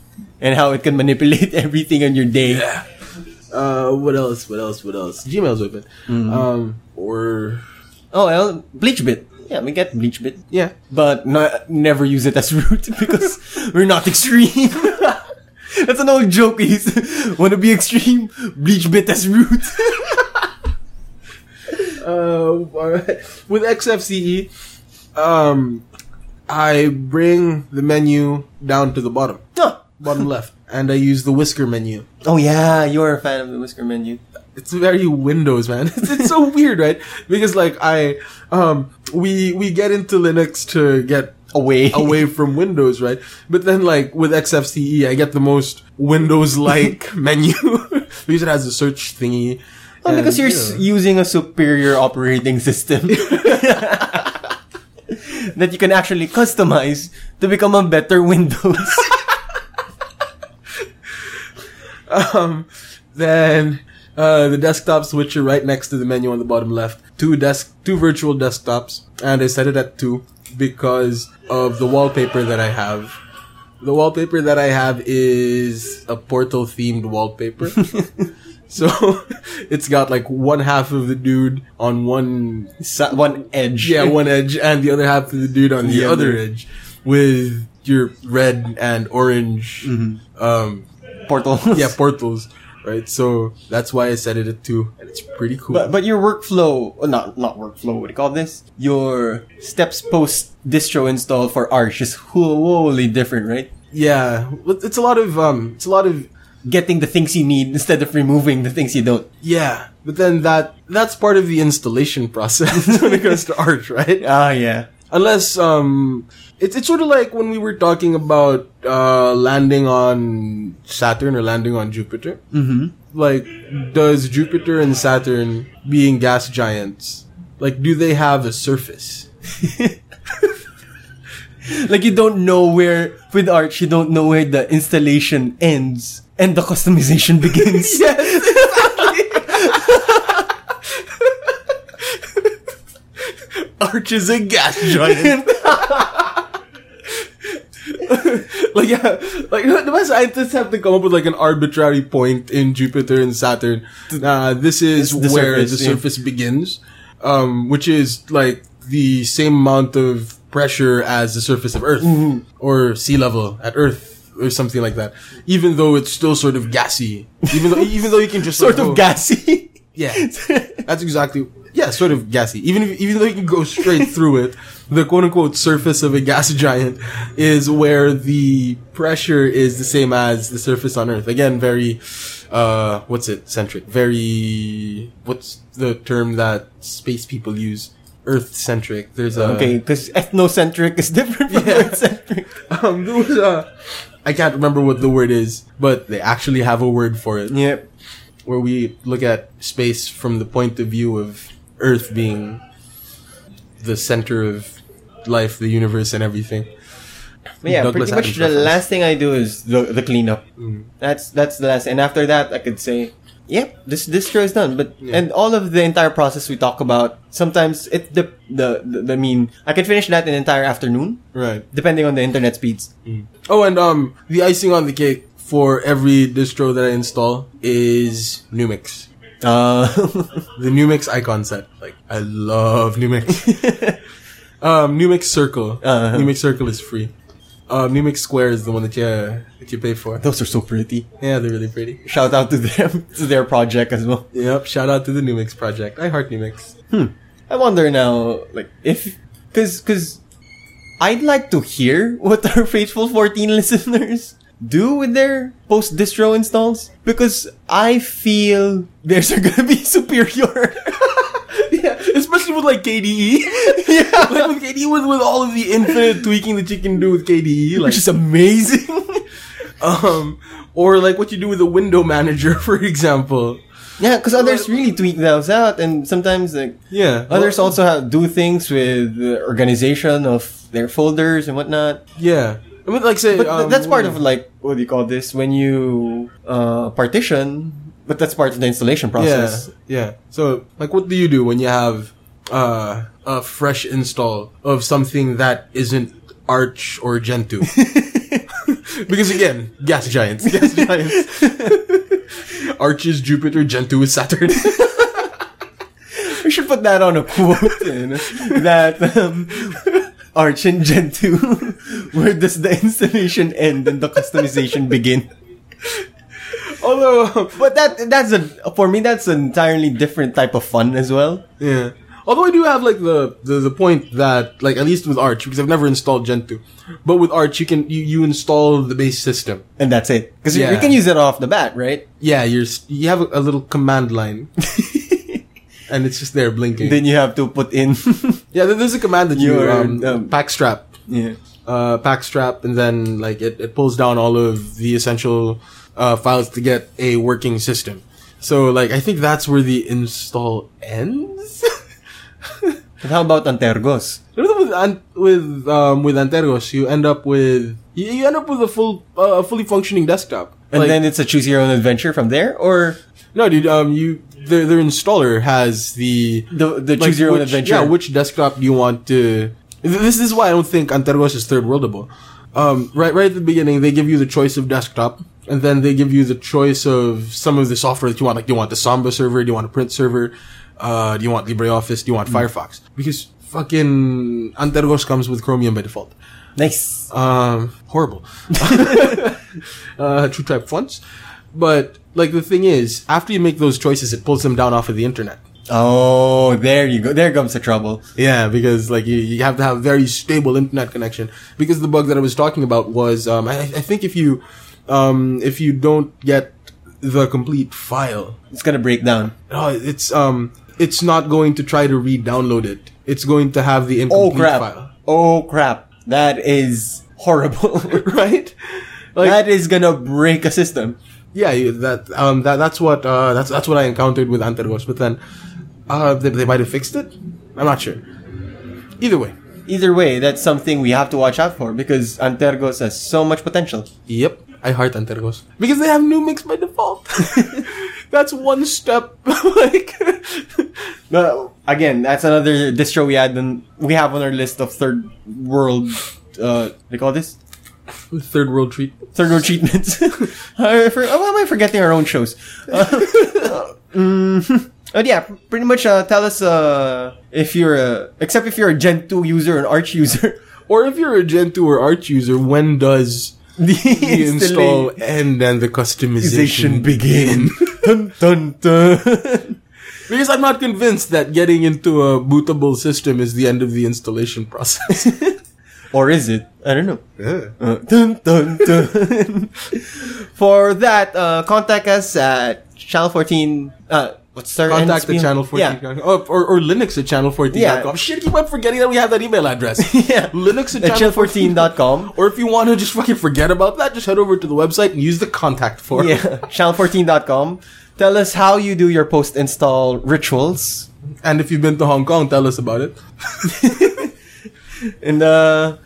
Speaker 1: and how it can manipulate [LAUGHS] everything on your day.
Speaker 2: Uh, what else? What else? What else? Gmail's open. Um, or
Speaker 1: Oh, well, Bleachbit. Yeah, we get Bleachbit.
Speaker 2: yeah,
Speaker 1: But no, never use it as [LAUGHS] root because we're not extreme. [LAUGHS] That's an old joke. [LAUGHS] Is [LAUGHS] wanna be extreme? Bleach bit as root.
Speaker 2: uh, [LAUGHS] with XFCE, E, um, I bring the menu down to the bottom,
Speaker 1: Huh.
Speaker 2: bottom [LAUGHS] left, and I use the whisker menu.
Speaker 1: Oh yeah, you are a fan of the whisker menu.
Speaker 2: It's very Windows, man. [LAUGHS] It's, it's so weird, right? Because like I, um, we we get into Linux to get
Speaker 1: [LAUGHS] Away.
Speaker 2: away from Windows, right? But then like with XFCE, E, I get the most Windows-like [LAUGHS] menu because it has a search thingy.
Speaker 1: Well, because Oh,
Speaker 2: and,
Speaker 1: you're
Speaker 2: yeah.
Speaker 1: s using a superior operating [LAUGHS] system that you can actually customize to become a better Windows.
Speaker 2: Um, then uh, the desktop switcher right next to the menu on the bottom left. Two desk, two virtual desktops, and I set it at two because of the wallpaper that I have. The wallpaper that I have is a portal themed [LAUGHS] wallpaper. so it's got like one half of the dude on one
Speaker 1: [LAUGHS] Sa- one edge. [LAUGHS]
Speaker 2: yeah, one edge and the other half of the dude on the,
Speaker 1: The
Speaker 2: other
Speaker 1: other.
Speaker 2: edge with your red and orange um
Speaker 1: portal.
Speaker 2: yeah, portals, right? So that's why I set it at two, and it's pretty cool.
Speaker 1: But, but your workflow, oh, not not workflow. What do you call this? Your steps post distro install for Arch is wholly different, right?
Speaker 2: yeah, but it's a lot of um, it's a lot of
Speaker 1: Getting the things you need instead of removing the things you don't.
Speaker 2: yeah. But then that that's part of the installation process [LAUGHS] when it comes to Arch, right?
Speaker 1: Ah, yeah.
Speaker 2: Unless um, it's it's sort of like when we were talking about uh, landing on Saturn or landing on Jupiter. Mm-hmm. Like, does Jupiter and Saturn being gas giants, like, do they have a surface?
Speaker 1: Like you don't know where with Arch, you don't know where the installation ends and the customization [LAUGHS] begins.
Speaker 2: Arch is a gas giant. [LAUGHS] like yeah, like the best scientists have to come up with like an arbitrary point in Jupiter and Saturn. Uh, this is
Speaker 1: It's the
Speaker 2: where
Speaker 1: surface,
Speaker 2: the
Speaker 1: yeah.
Speaker 2: surface begins, um, which is like the same amount of pressure as the surface of Earth
Speaker 1: Mm-hmm.
Speaker 2: or sea level at Earth or something like that. Even though it's still sort of gassy, even though even though you can
Speaker 1: [LAUGHS]
Speaker 2: just
Speaker 1: sort
Speaker 2: like,
Speaker 1: of
Speaker 2: go-
Speaker 1: gassy.
Speaker 2: yeah, [LAUGHS] that's exactly. Yeah, sort of gassy. Even if, even though you can go straight through it, the quote unquote surface of a gas giant is where the pressure is the same as the surface on Earth. Again, very, uh, what's it? Centric. Very. What's the term that space people use? Earth centric. There's a
Speaker 1: [LAUGHS] okay, because ethnocentric is different from
Speaker 2: Yeah.
Speaker 1: earthcentric.
Speaker 2: [LAUGHS] Um, there was a. I can't remember what the word is, but they actually have a word for it.
Speaker 1: Yep.
Speaker 2: where we look at space from the point of view of Earth being the center of life, the universe, and everything.
Speaker 1: But yeah,
Speaker 2: Douglas
Speaker 1: pretty much
Speaker 2: Adams
Speaker 1: the
Speaker 2: reference. Mm.
Speaker 1: last thing I do is the, the cleanup. That's that's the last, and after that, I could say, "Yep, this distro is done." But and all of the entire process we talk about, sometimes it the the, the I mean, I could finish that an entire afternoon,
Speaker 2: Right.
Speaker 1: depending on the internet speeds.
Speaker 2: Oh, and um, the icing on the cake for every distro that I install is Numix.
Speaker 1: Uh, [LAUGHS]
Speaker 2: The Numix icon set. Like, I love [LAUGHS] Numix. um, Numix Circle.
Speaker 1: Uh-huh.
Speaker 2: Numix Circle is free. Um, Numix Square is the one that you, that you pay for.
Speaker 1: those are so pretty.
Speaker 2: Yeah, they're really pretty.
Speaker 1: Shout out to them [LAUGHS] to their project as well.
Speaker 2: Yep, shout out to the Numix project. I heart Numix.
Speaker 1: I wonder now, like if because because I'd like to hear [LAUGHS] what our faithful fourteen listeners do with their post distro installs because I feel theirs are gonna be [LAUGHS] superior.
Speaker 2: Yeah, especially with like E. KDE. [LAUGHS] yeah, like with KDE with, with all of the infinite tweaking that you can do with KDE,
Speaker 1: [LAUGHS]
Speaker 2: like
Speaker 1: Which is amazing. [LAUGHS]
Speaker 2: um, or like what you do with a window manager, [LAUGHS] for example.
Speaker 1: yeah, because others really tweak those out, and sometimes like
Speaker 2: Yeah,
Speaker 1: others
Speaker 2: Well,
Speaker 1: also have, do things with the organization of their folders and whatnot.
Speaker 2: Yeah, I mean, like say,
Speaker 1: But th-
Speaker 2: um,
Speaker 1: that's part of like what do you call this when you uh, partition. But that's part of the installation
Speaker 2: yeah,
Speaker 1: process.
Speaker 2: yeah. So like, what do you do when you have uh, a fresh install of something that isn't Arch or
Speaker 1: [LAUGHS]
Speaker 2: Gentoo? because again, gas giants, gas [LAUGHS] giants. Arch is Jupiter, Gentoo is Saturn.
Speaker 1: We should put that on a quote [LAUGHS] you know, that um, [LAUGHS] Arch and [LAUGHS] Gentoo. [LAUGHS] Where does the installation end and the customization begin?
Speaker 2: Although,
Speaker 1: But that that's a for me that's an entirely different type of fun as well.
Speaker 2: yeah. Although I do have like the, the the point that like at least with Arch because I've never installed Gentoo, but with Arch you can you, you install the base system.
Speaker 1: And that's it. Because
Speaker 2: Yeah.
Speaker 1: you can use it off the bat, right? [LAUGHS]
Speaker 2: Yeah, you're s- you have a, a little command line, and it's just there blinking.
Speaker 1: [LAUGHS] Then you have to put in [LAUGHS]
Speaker 2: yeah, there- there's a command that you
Speaker 1: Your,
Speaker 2: um,
Speaker 1: um,
Speaker 2: pack strap,
Speaker 1: Yeah.
Speaker 2: uh, pack strap, and then like it, it pulls down all of the essential uh, files to get a working system. So like I think that's where the install ends. [LAUGHS]
Speaker 1: But how about Antergos?
Speaker 2: Remember with Ant- with um, with Antergos, you end up with you, you end up with a full uh, a fully functioning desktop,
Speaker 1: And
Speaker 2: Like-
Speaker 1: then it's a choose your own adventure from there or
Speaker 2: no, dude, um, you their their installer has the
Speaker 1: the the
Speaker 2: like,
Speaker 1: choose your own
Speaker 2: which,
Speaker 1: adventure.
Speaker 2: Yeah, which desktop do you want to? Th- This, this is why I don't think Antergos is third worldable. Um, right, right at the beginning, they give you the choice of desktop, and then they give you the choice of some of the software that you want. Like, do you want the Samba server? Do you want a print server? Uh, do you want LibreOffice? Do you want
Speaker 1: Hmm.
Speaker 2: Firefox? Because fucking Antergos comes with Chromium by default.
Speaker 1: nice.
Speaker 2: Um, horrible. [LAUGHS] uh, true type fonts. But, like, the thing is, after you make those choices, it pulls them down off of the internet.
Speaker 1: Oh, there you go. There comes the trouble.
Speaker 2: Yeah, because like you, you have to have very stable internet connection. Because the bug that I was talking about was um, I, I think if you um, if you don't get the complete file,
Speaker 1: It's gonna break down.
Speaker 2: oh, it's um, it's not going to try to re-download it. It's going to have the
Speaker 1: Oh
Speaker 2: incomplete
Speaker 1: crap.
Speaker 2: file, [LAUGHS]
Speaker 1: Oh crap. That is horrible.
Speaker 2: right? [LAUGHS] Like
Speaker 1: that is gonna break a system.
Speaker 2: yeah, you, that um, that that's what uh, that's that's what I encountered with Antergos. But then uh, they, they might have fixed it. I'm not sure. Either way,
Speaker 1: Either way, that's something we have to watch out for because Antergos has so much potential.
Speaker 2: Yep. I heart Antergos. Because they have new mix by default. [LAUGHS] That's one step. [LAUGHS] like
Speaker 1: But again, that's another distro we had and we have on our list of third world uh they call this?
Speaker 2: third world treat.
Speaker 1: Third world treatments. [LAUGHS] I for, oh, why am I forgetting our own shows? Uh, [LAUGHS] mm, but yeah, pretty much uh, tell us uh, if you're a, except if you're a Gen 2 user and Arch user. [LAUGHS]
Speaker 2: Or if you're a Gentoo or Arch user, when does
Speaker 1: the
Speaker 2: the install
Speaker 1: installation
Speaker 2: end and the customization
Speaker 1: begin. dun, dun, dun.
Speaker 2: [LAUGHS] Because I'm not convinced that getting into a bootable system is the end of the installation process.
Speaker 1: [LAUGHS] Or is it? I don't know. Uh, dun, dun, dun. [LAUGHS] For that, uh, contact us at channel 14. Uh, what's our
Speaker 2: Contact
Speaker 1: NSP?
Speaker 2: the channel 14.
Speaker 1: Yeah.
Speaker 2: Oh, or, or Linux at channel 14.com.
Speaker 1: Yeah.
Speaker 2: Shit, keep on forgetting that we have that email address.
Speaker 1: [LAUGHS] Yeah.
Speaker 2: Linux at
Speaker 1: At
Speaker 2: channel 14.
Speaker 1: channel14.com.
Speaker 2: Or if you want to just fucking forget about that, just head over to the website and use the contact form.
Speaker 1: yeah, [LAUGHS] channel14.com. Tell us how you do your post install rituals.
Speaker 2: [LAUGHS] And if you've been to Hong Kong, tell us about it.
Speaker 1: And uh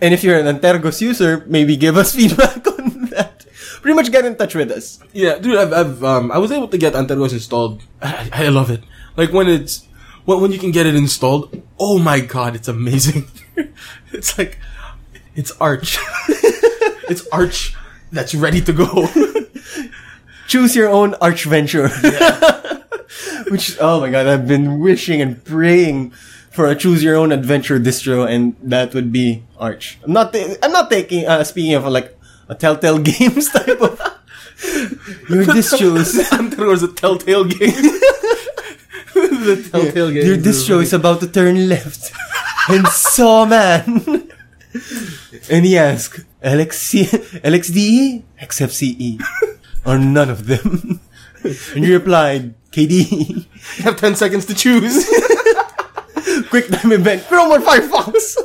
Speaker 1: and if you're an Antergos user, maybe give us [LAUGHS] feedback on that. Pretty much get in touch with us.
Speaker 2: Yeah, dude, I've, I've um, I was able to get Antergos installed. I, I love it. Like when it's when when you can get it installed. Oh my god, it's amazing. [LAUGHS] it's like it's Arch. [LAUGHS] it's Arch that's ready to go. [LAUGHS]
Speaker 1: Choose your own arch venture. [LAUGHS] Which oh my god, I've been wishing and praying for a choose your own adventure distro and that would be Arch. I'm not ta- I'm not taking uh, speaking of like a Telltale [LAUGHS] Games type of your [LAUGHS] distros.
Speaker 2: Antergos a telltale game.
Speaker 1: [LAUGHS]
Speaker 2: the telltale game.
Speaker 1: Your distro is about to turn left. [LAUGHS] and saw man. [LAUGHS] and he asked, LXC, LXDE, XFCE, E. [LAUGHS] or none of them. [LAUGHS] and you replied, E. KDE,
Speaker 2: You have ten seconds to choose.
Speaker 1: [LAUGHS] quick time event, Chrome or [LAUGHS] Firefox.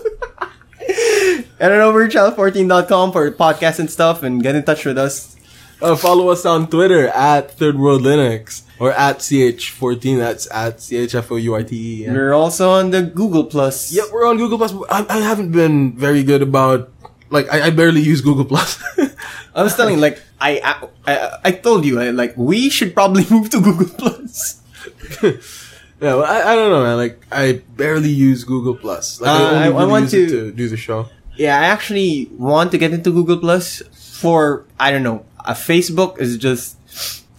Speaker 1: Head on over to channel14.com for podcasts and stuff and get in touch with us.
Speaker 2: Uh, follow us on Twitter at Third World Linux or at CH14. That's at CHFOURTE. And-
Speaker 1: We're also on the Google Plus.
Speaker 2: Yep, E. we're on Google Plus. I, I haven't been very good about like I, I barely use Google Plus. [LAUGHS]
Speaker 1: I was telling like I I, I, I told you I, like we should probably [LAUGHS] move to Google Plus.
Speaker 2: yeah, well, I, I don't know, man. Like I barely use Google Plus. Like,
Speaker 1: Uh, I- I want
Speaker 2: use it
Speaker 1: to-
Speaker 2: do the show.
Speaker 1: Yeah, I actually want to get into Google Plus for I don't know. A Facebook is just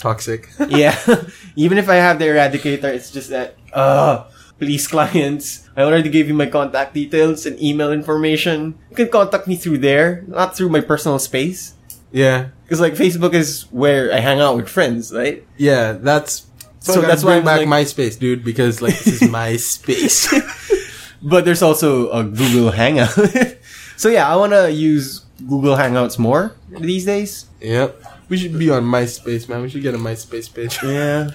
Speaker 2: Toxic. [LAUGHS]
Speaker 1: yeah. [LAUGHS] Even if I have the eradicator, it's just that uh please clients. I already gave you my contact details and email information. You can contact me through there, not through my personal space.
Speaker 2: yeah.
Speaker 1: Because like Facebook is where I hang out with friends, right? [LAUGHS]
Speaker 2: Yeah, that's so.
Speaker 1: So
Speaker 2: that's
Speaker 1: that's why
Speaker 2: why bring back
Speaker 1: I'm
Speaker 2: MySpace, dude, because like this is my space.
Speaker 1: [LAUGHS] But there's also a Google Hangout. [LAUGHS] so yeah, I want to use Google Hangouts more these days.
Speaker 2: yep. We should be on MySpace, man. We should get a MySpace page.
Speaker 1: Yeah.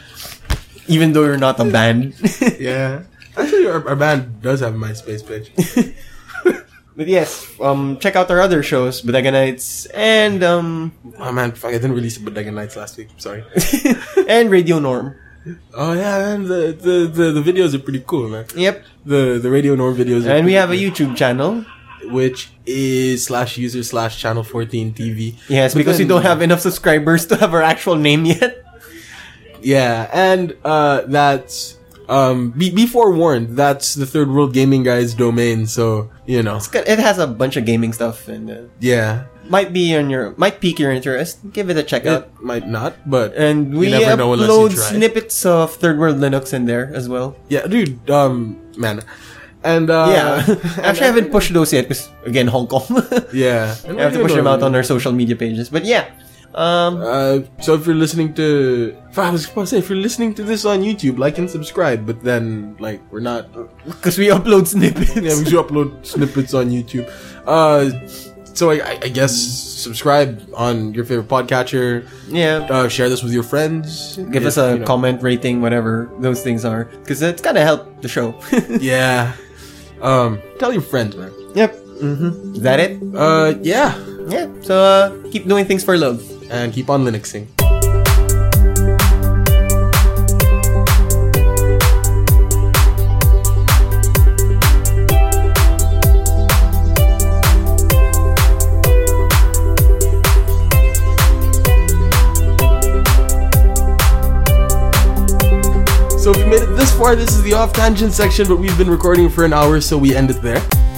Speaker 1: Even though you're not a band.
Speaker 2: [LAUGHS] yeah. Actually, our, our band does have a MySpace page.
Speaker 1: but yes, um, check out our other shows, Bodega Nights and
Speaker 2: [LAUGHS]
Speaker 1: um,
Speaker 2: oh man, fuck! I didn't release Bodega Nights last week. Sorry.
Speaker 1: and Radio Norm.
Speaker 2: oh yeah, man. The, the the the videos are pretty cool, man.
Speaker 1: Yep.
Speaker 2: The the Radio Norm videos. Are
Speaker 1: And we
Speaker 2: pretty
Speaker 1: have a
Speaker 2: cool.
Speaker 1: YouTube channel.
Speaker 2: which is slash user slash channel 14 TV.
Speaker 1: Yes,
Speaker 2: But
Speaker 1: because we
Speaker 2: then-
Speaker 1: don't have enough subscribers to have our actual name yet. [LAUGHS]
Speaker 2: Yeah, and uh, that's. Um, be, be forewarned, that's the Third World Gaming Guy's domain, so, you know.
Speaker 1: It's got- It has a bunch of gaming stuff and uh,
Speaker 2: Yeah.
Speaker 1: might be on your might pique your interest. Give it a check out.
Speaker 2: It might not, but.
Speaker 1: And
Speaker 2: you
Speaker 1: we
Speaker 2: never know unless you
Speaker 1: upload
Speaker 2: try.
Speaker 1: snippets of Third World Linux in there as well.
Speaker 2: Yeah, dude, um, man. And, uh. [LAUGHS]
Speaker 1: yeah, [LAUGHS] actually, I
Speaker 2: and-
Speaker 1: haven't pushed those yet because again, Hong Kong.
Speaker 2: [LAUGHS] Yeah.
Speaker 1: I have to push them out on our social media pages. But yeah, um,
Speaker 2: Uh, so if you're listening to, I was about to say, if you're listening to this on YouTube, like and subscribe. But then, like, we're not [LAUGHS]
Speaker 1: because we [LAUGHS] upload snippets.
Speaker 2: Uh, Yeah, we do upload snippets on YouTube. Uh, so I, I- I guess subscribe on your favorite podcatcher.
Speaker 1: yeah.
Speaker 2: Uh, share this with your friends.
Speaker 1: Give
Speaker 2: If,
Speaker 1: us a
Speaker 2: you know-
Speaker 1: comment, rating, whatever those things are, because it's gonna help the show. [LAUGHS]
Speaker 2: Yeah. Um, tell your friends, man.
Speaker 1: yep. Mm-hmm. Is that it?
Speaker 2: Uh, yeah.
Speaker 1: Yeah. So uh, keep doing things for love.
Speaker 2: And keep on Linuxing. So if you made it this far, this is the off tangent section, but we've been recording for an hour, so we end it there.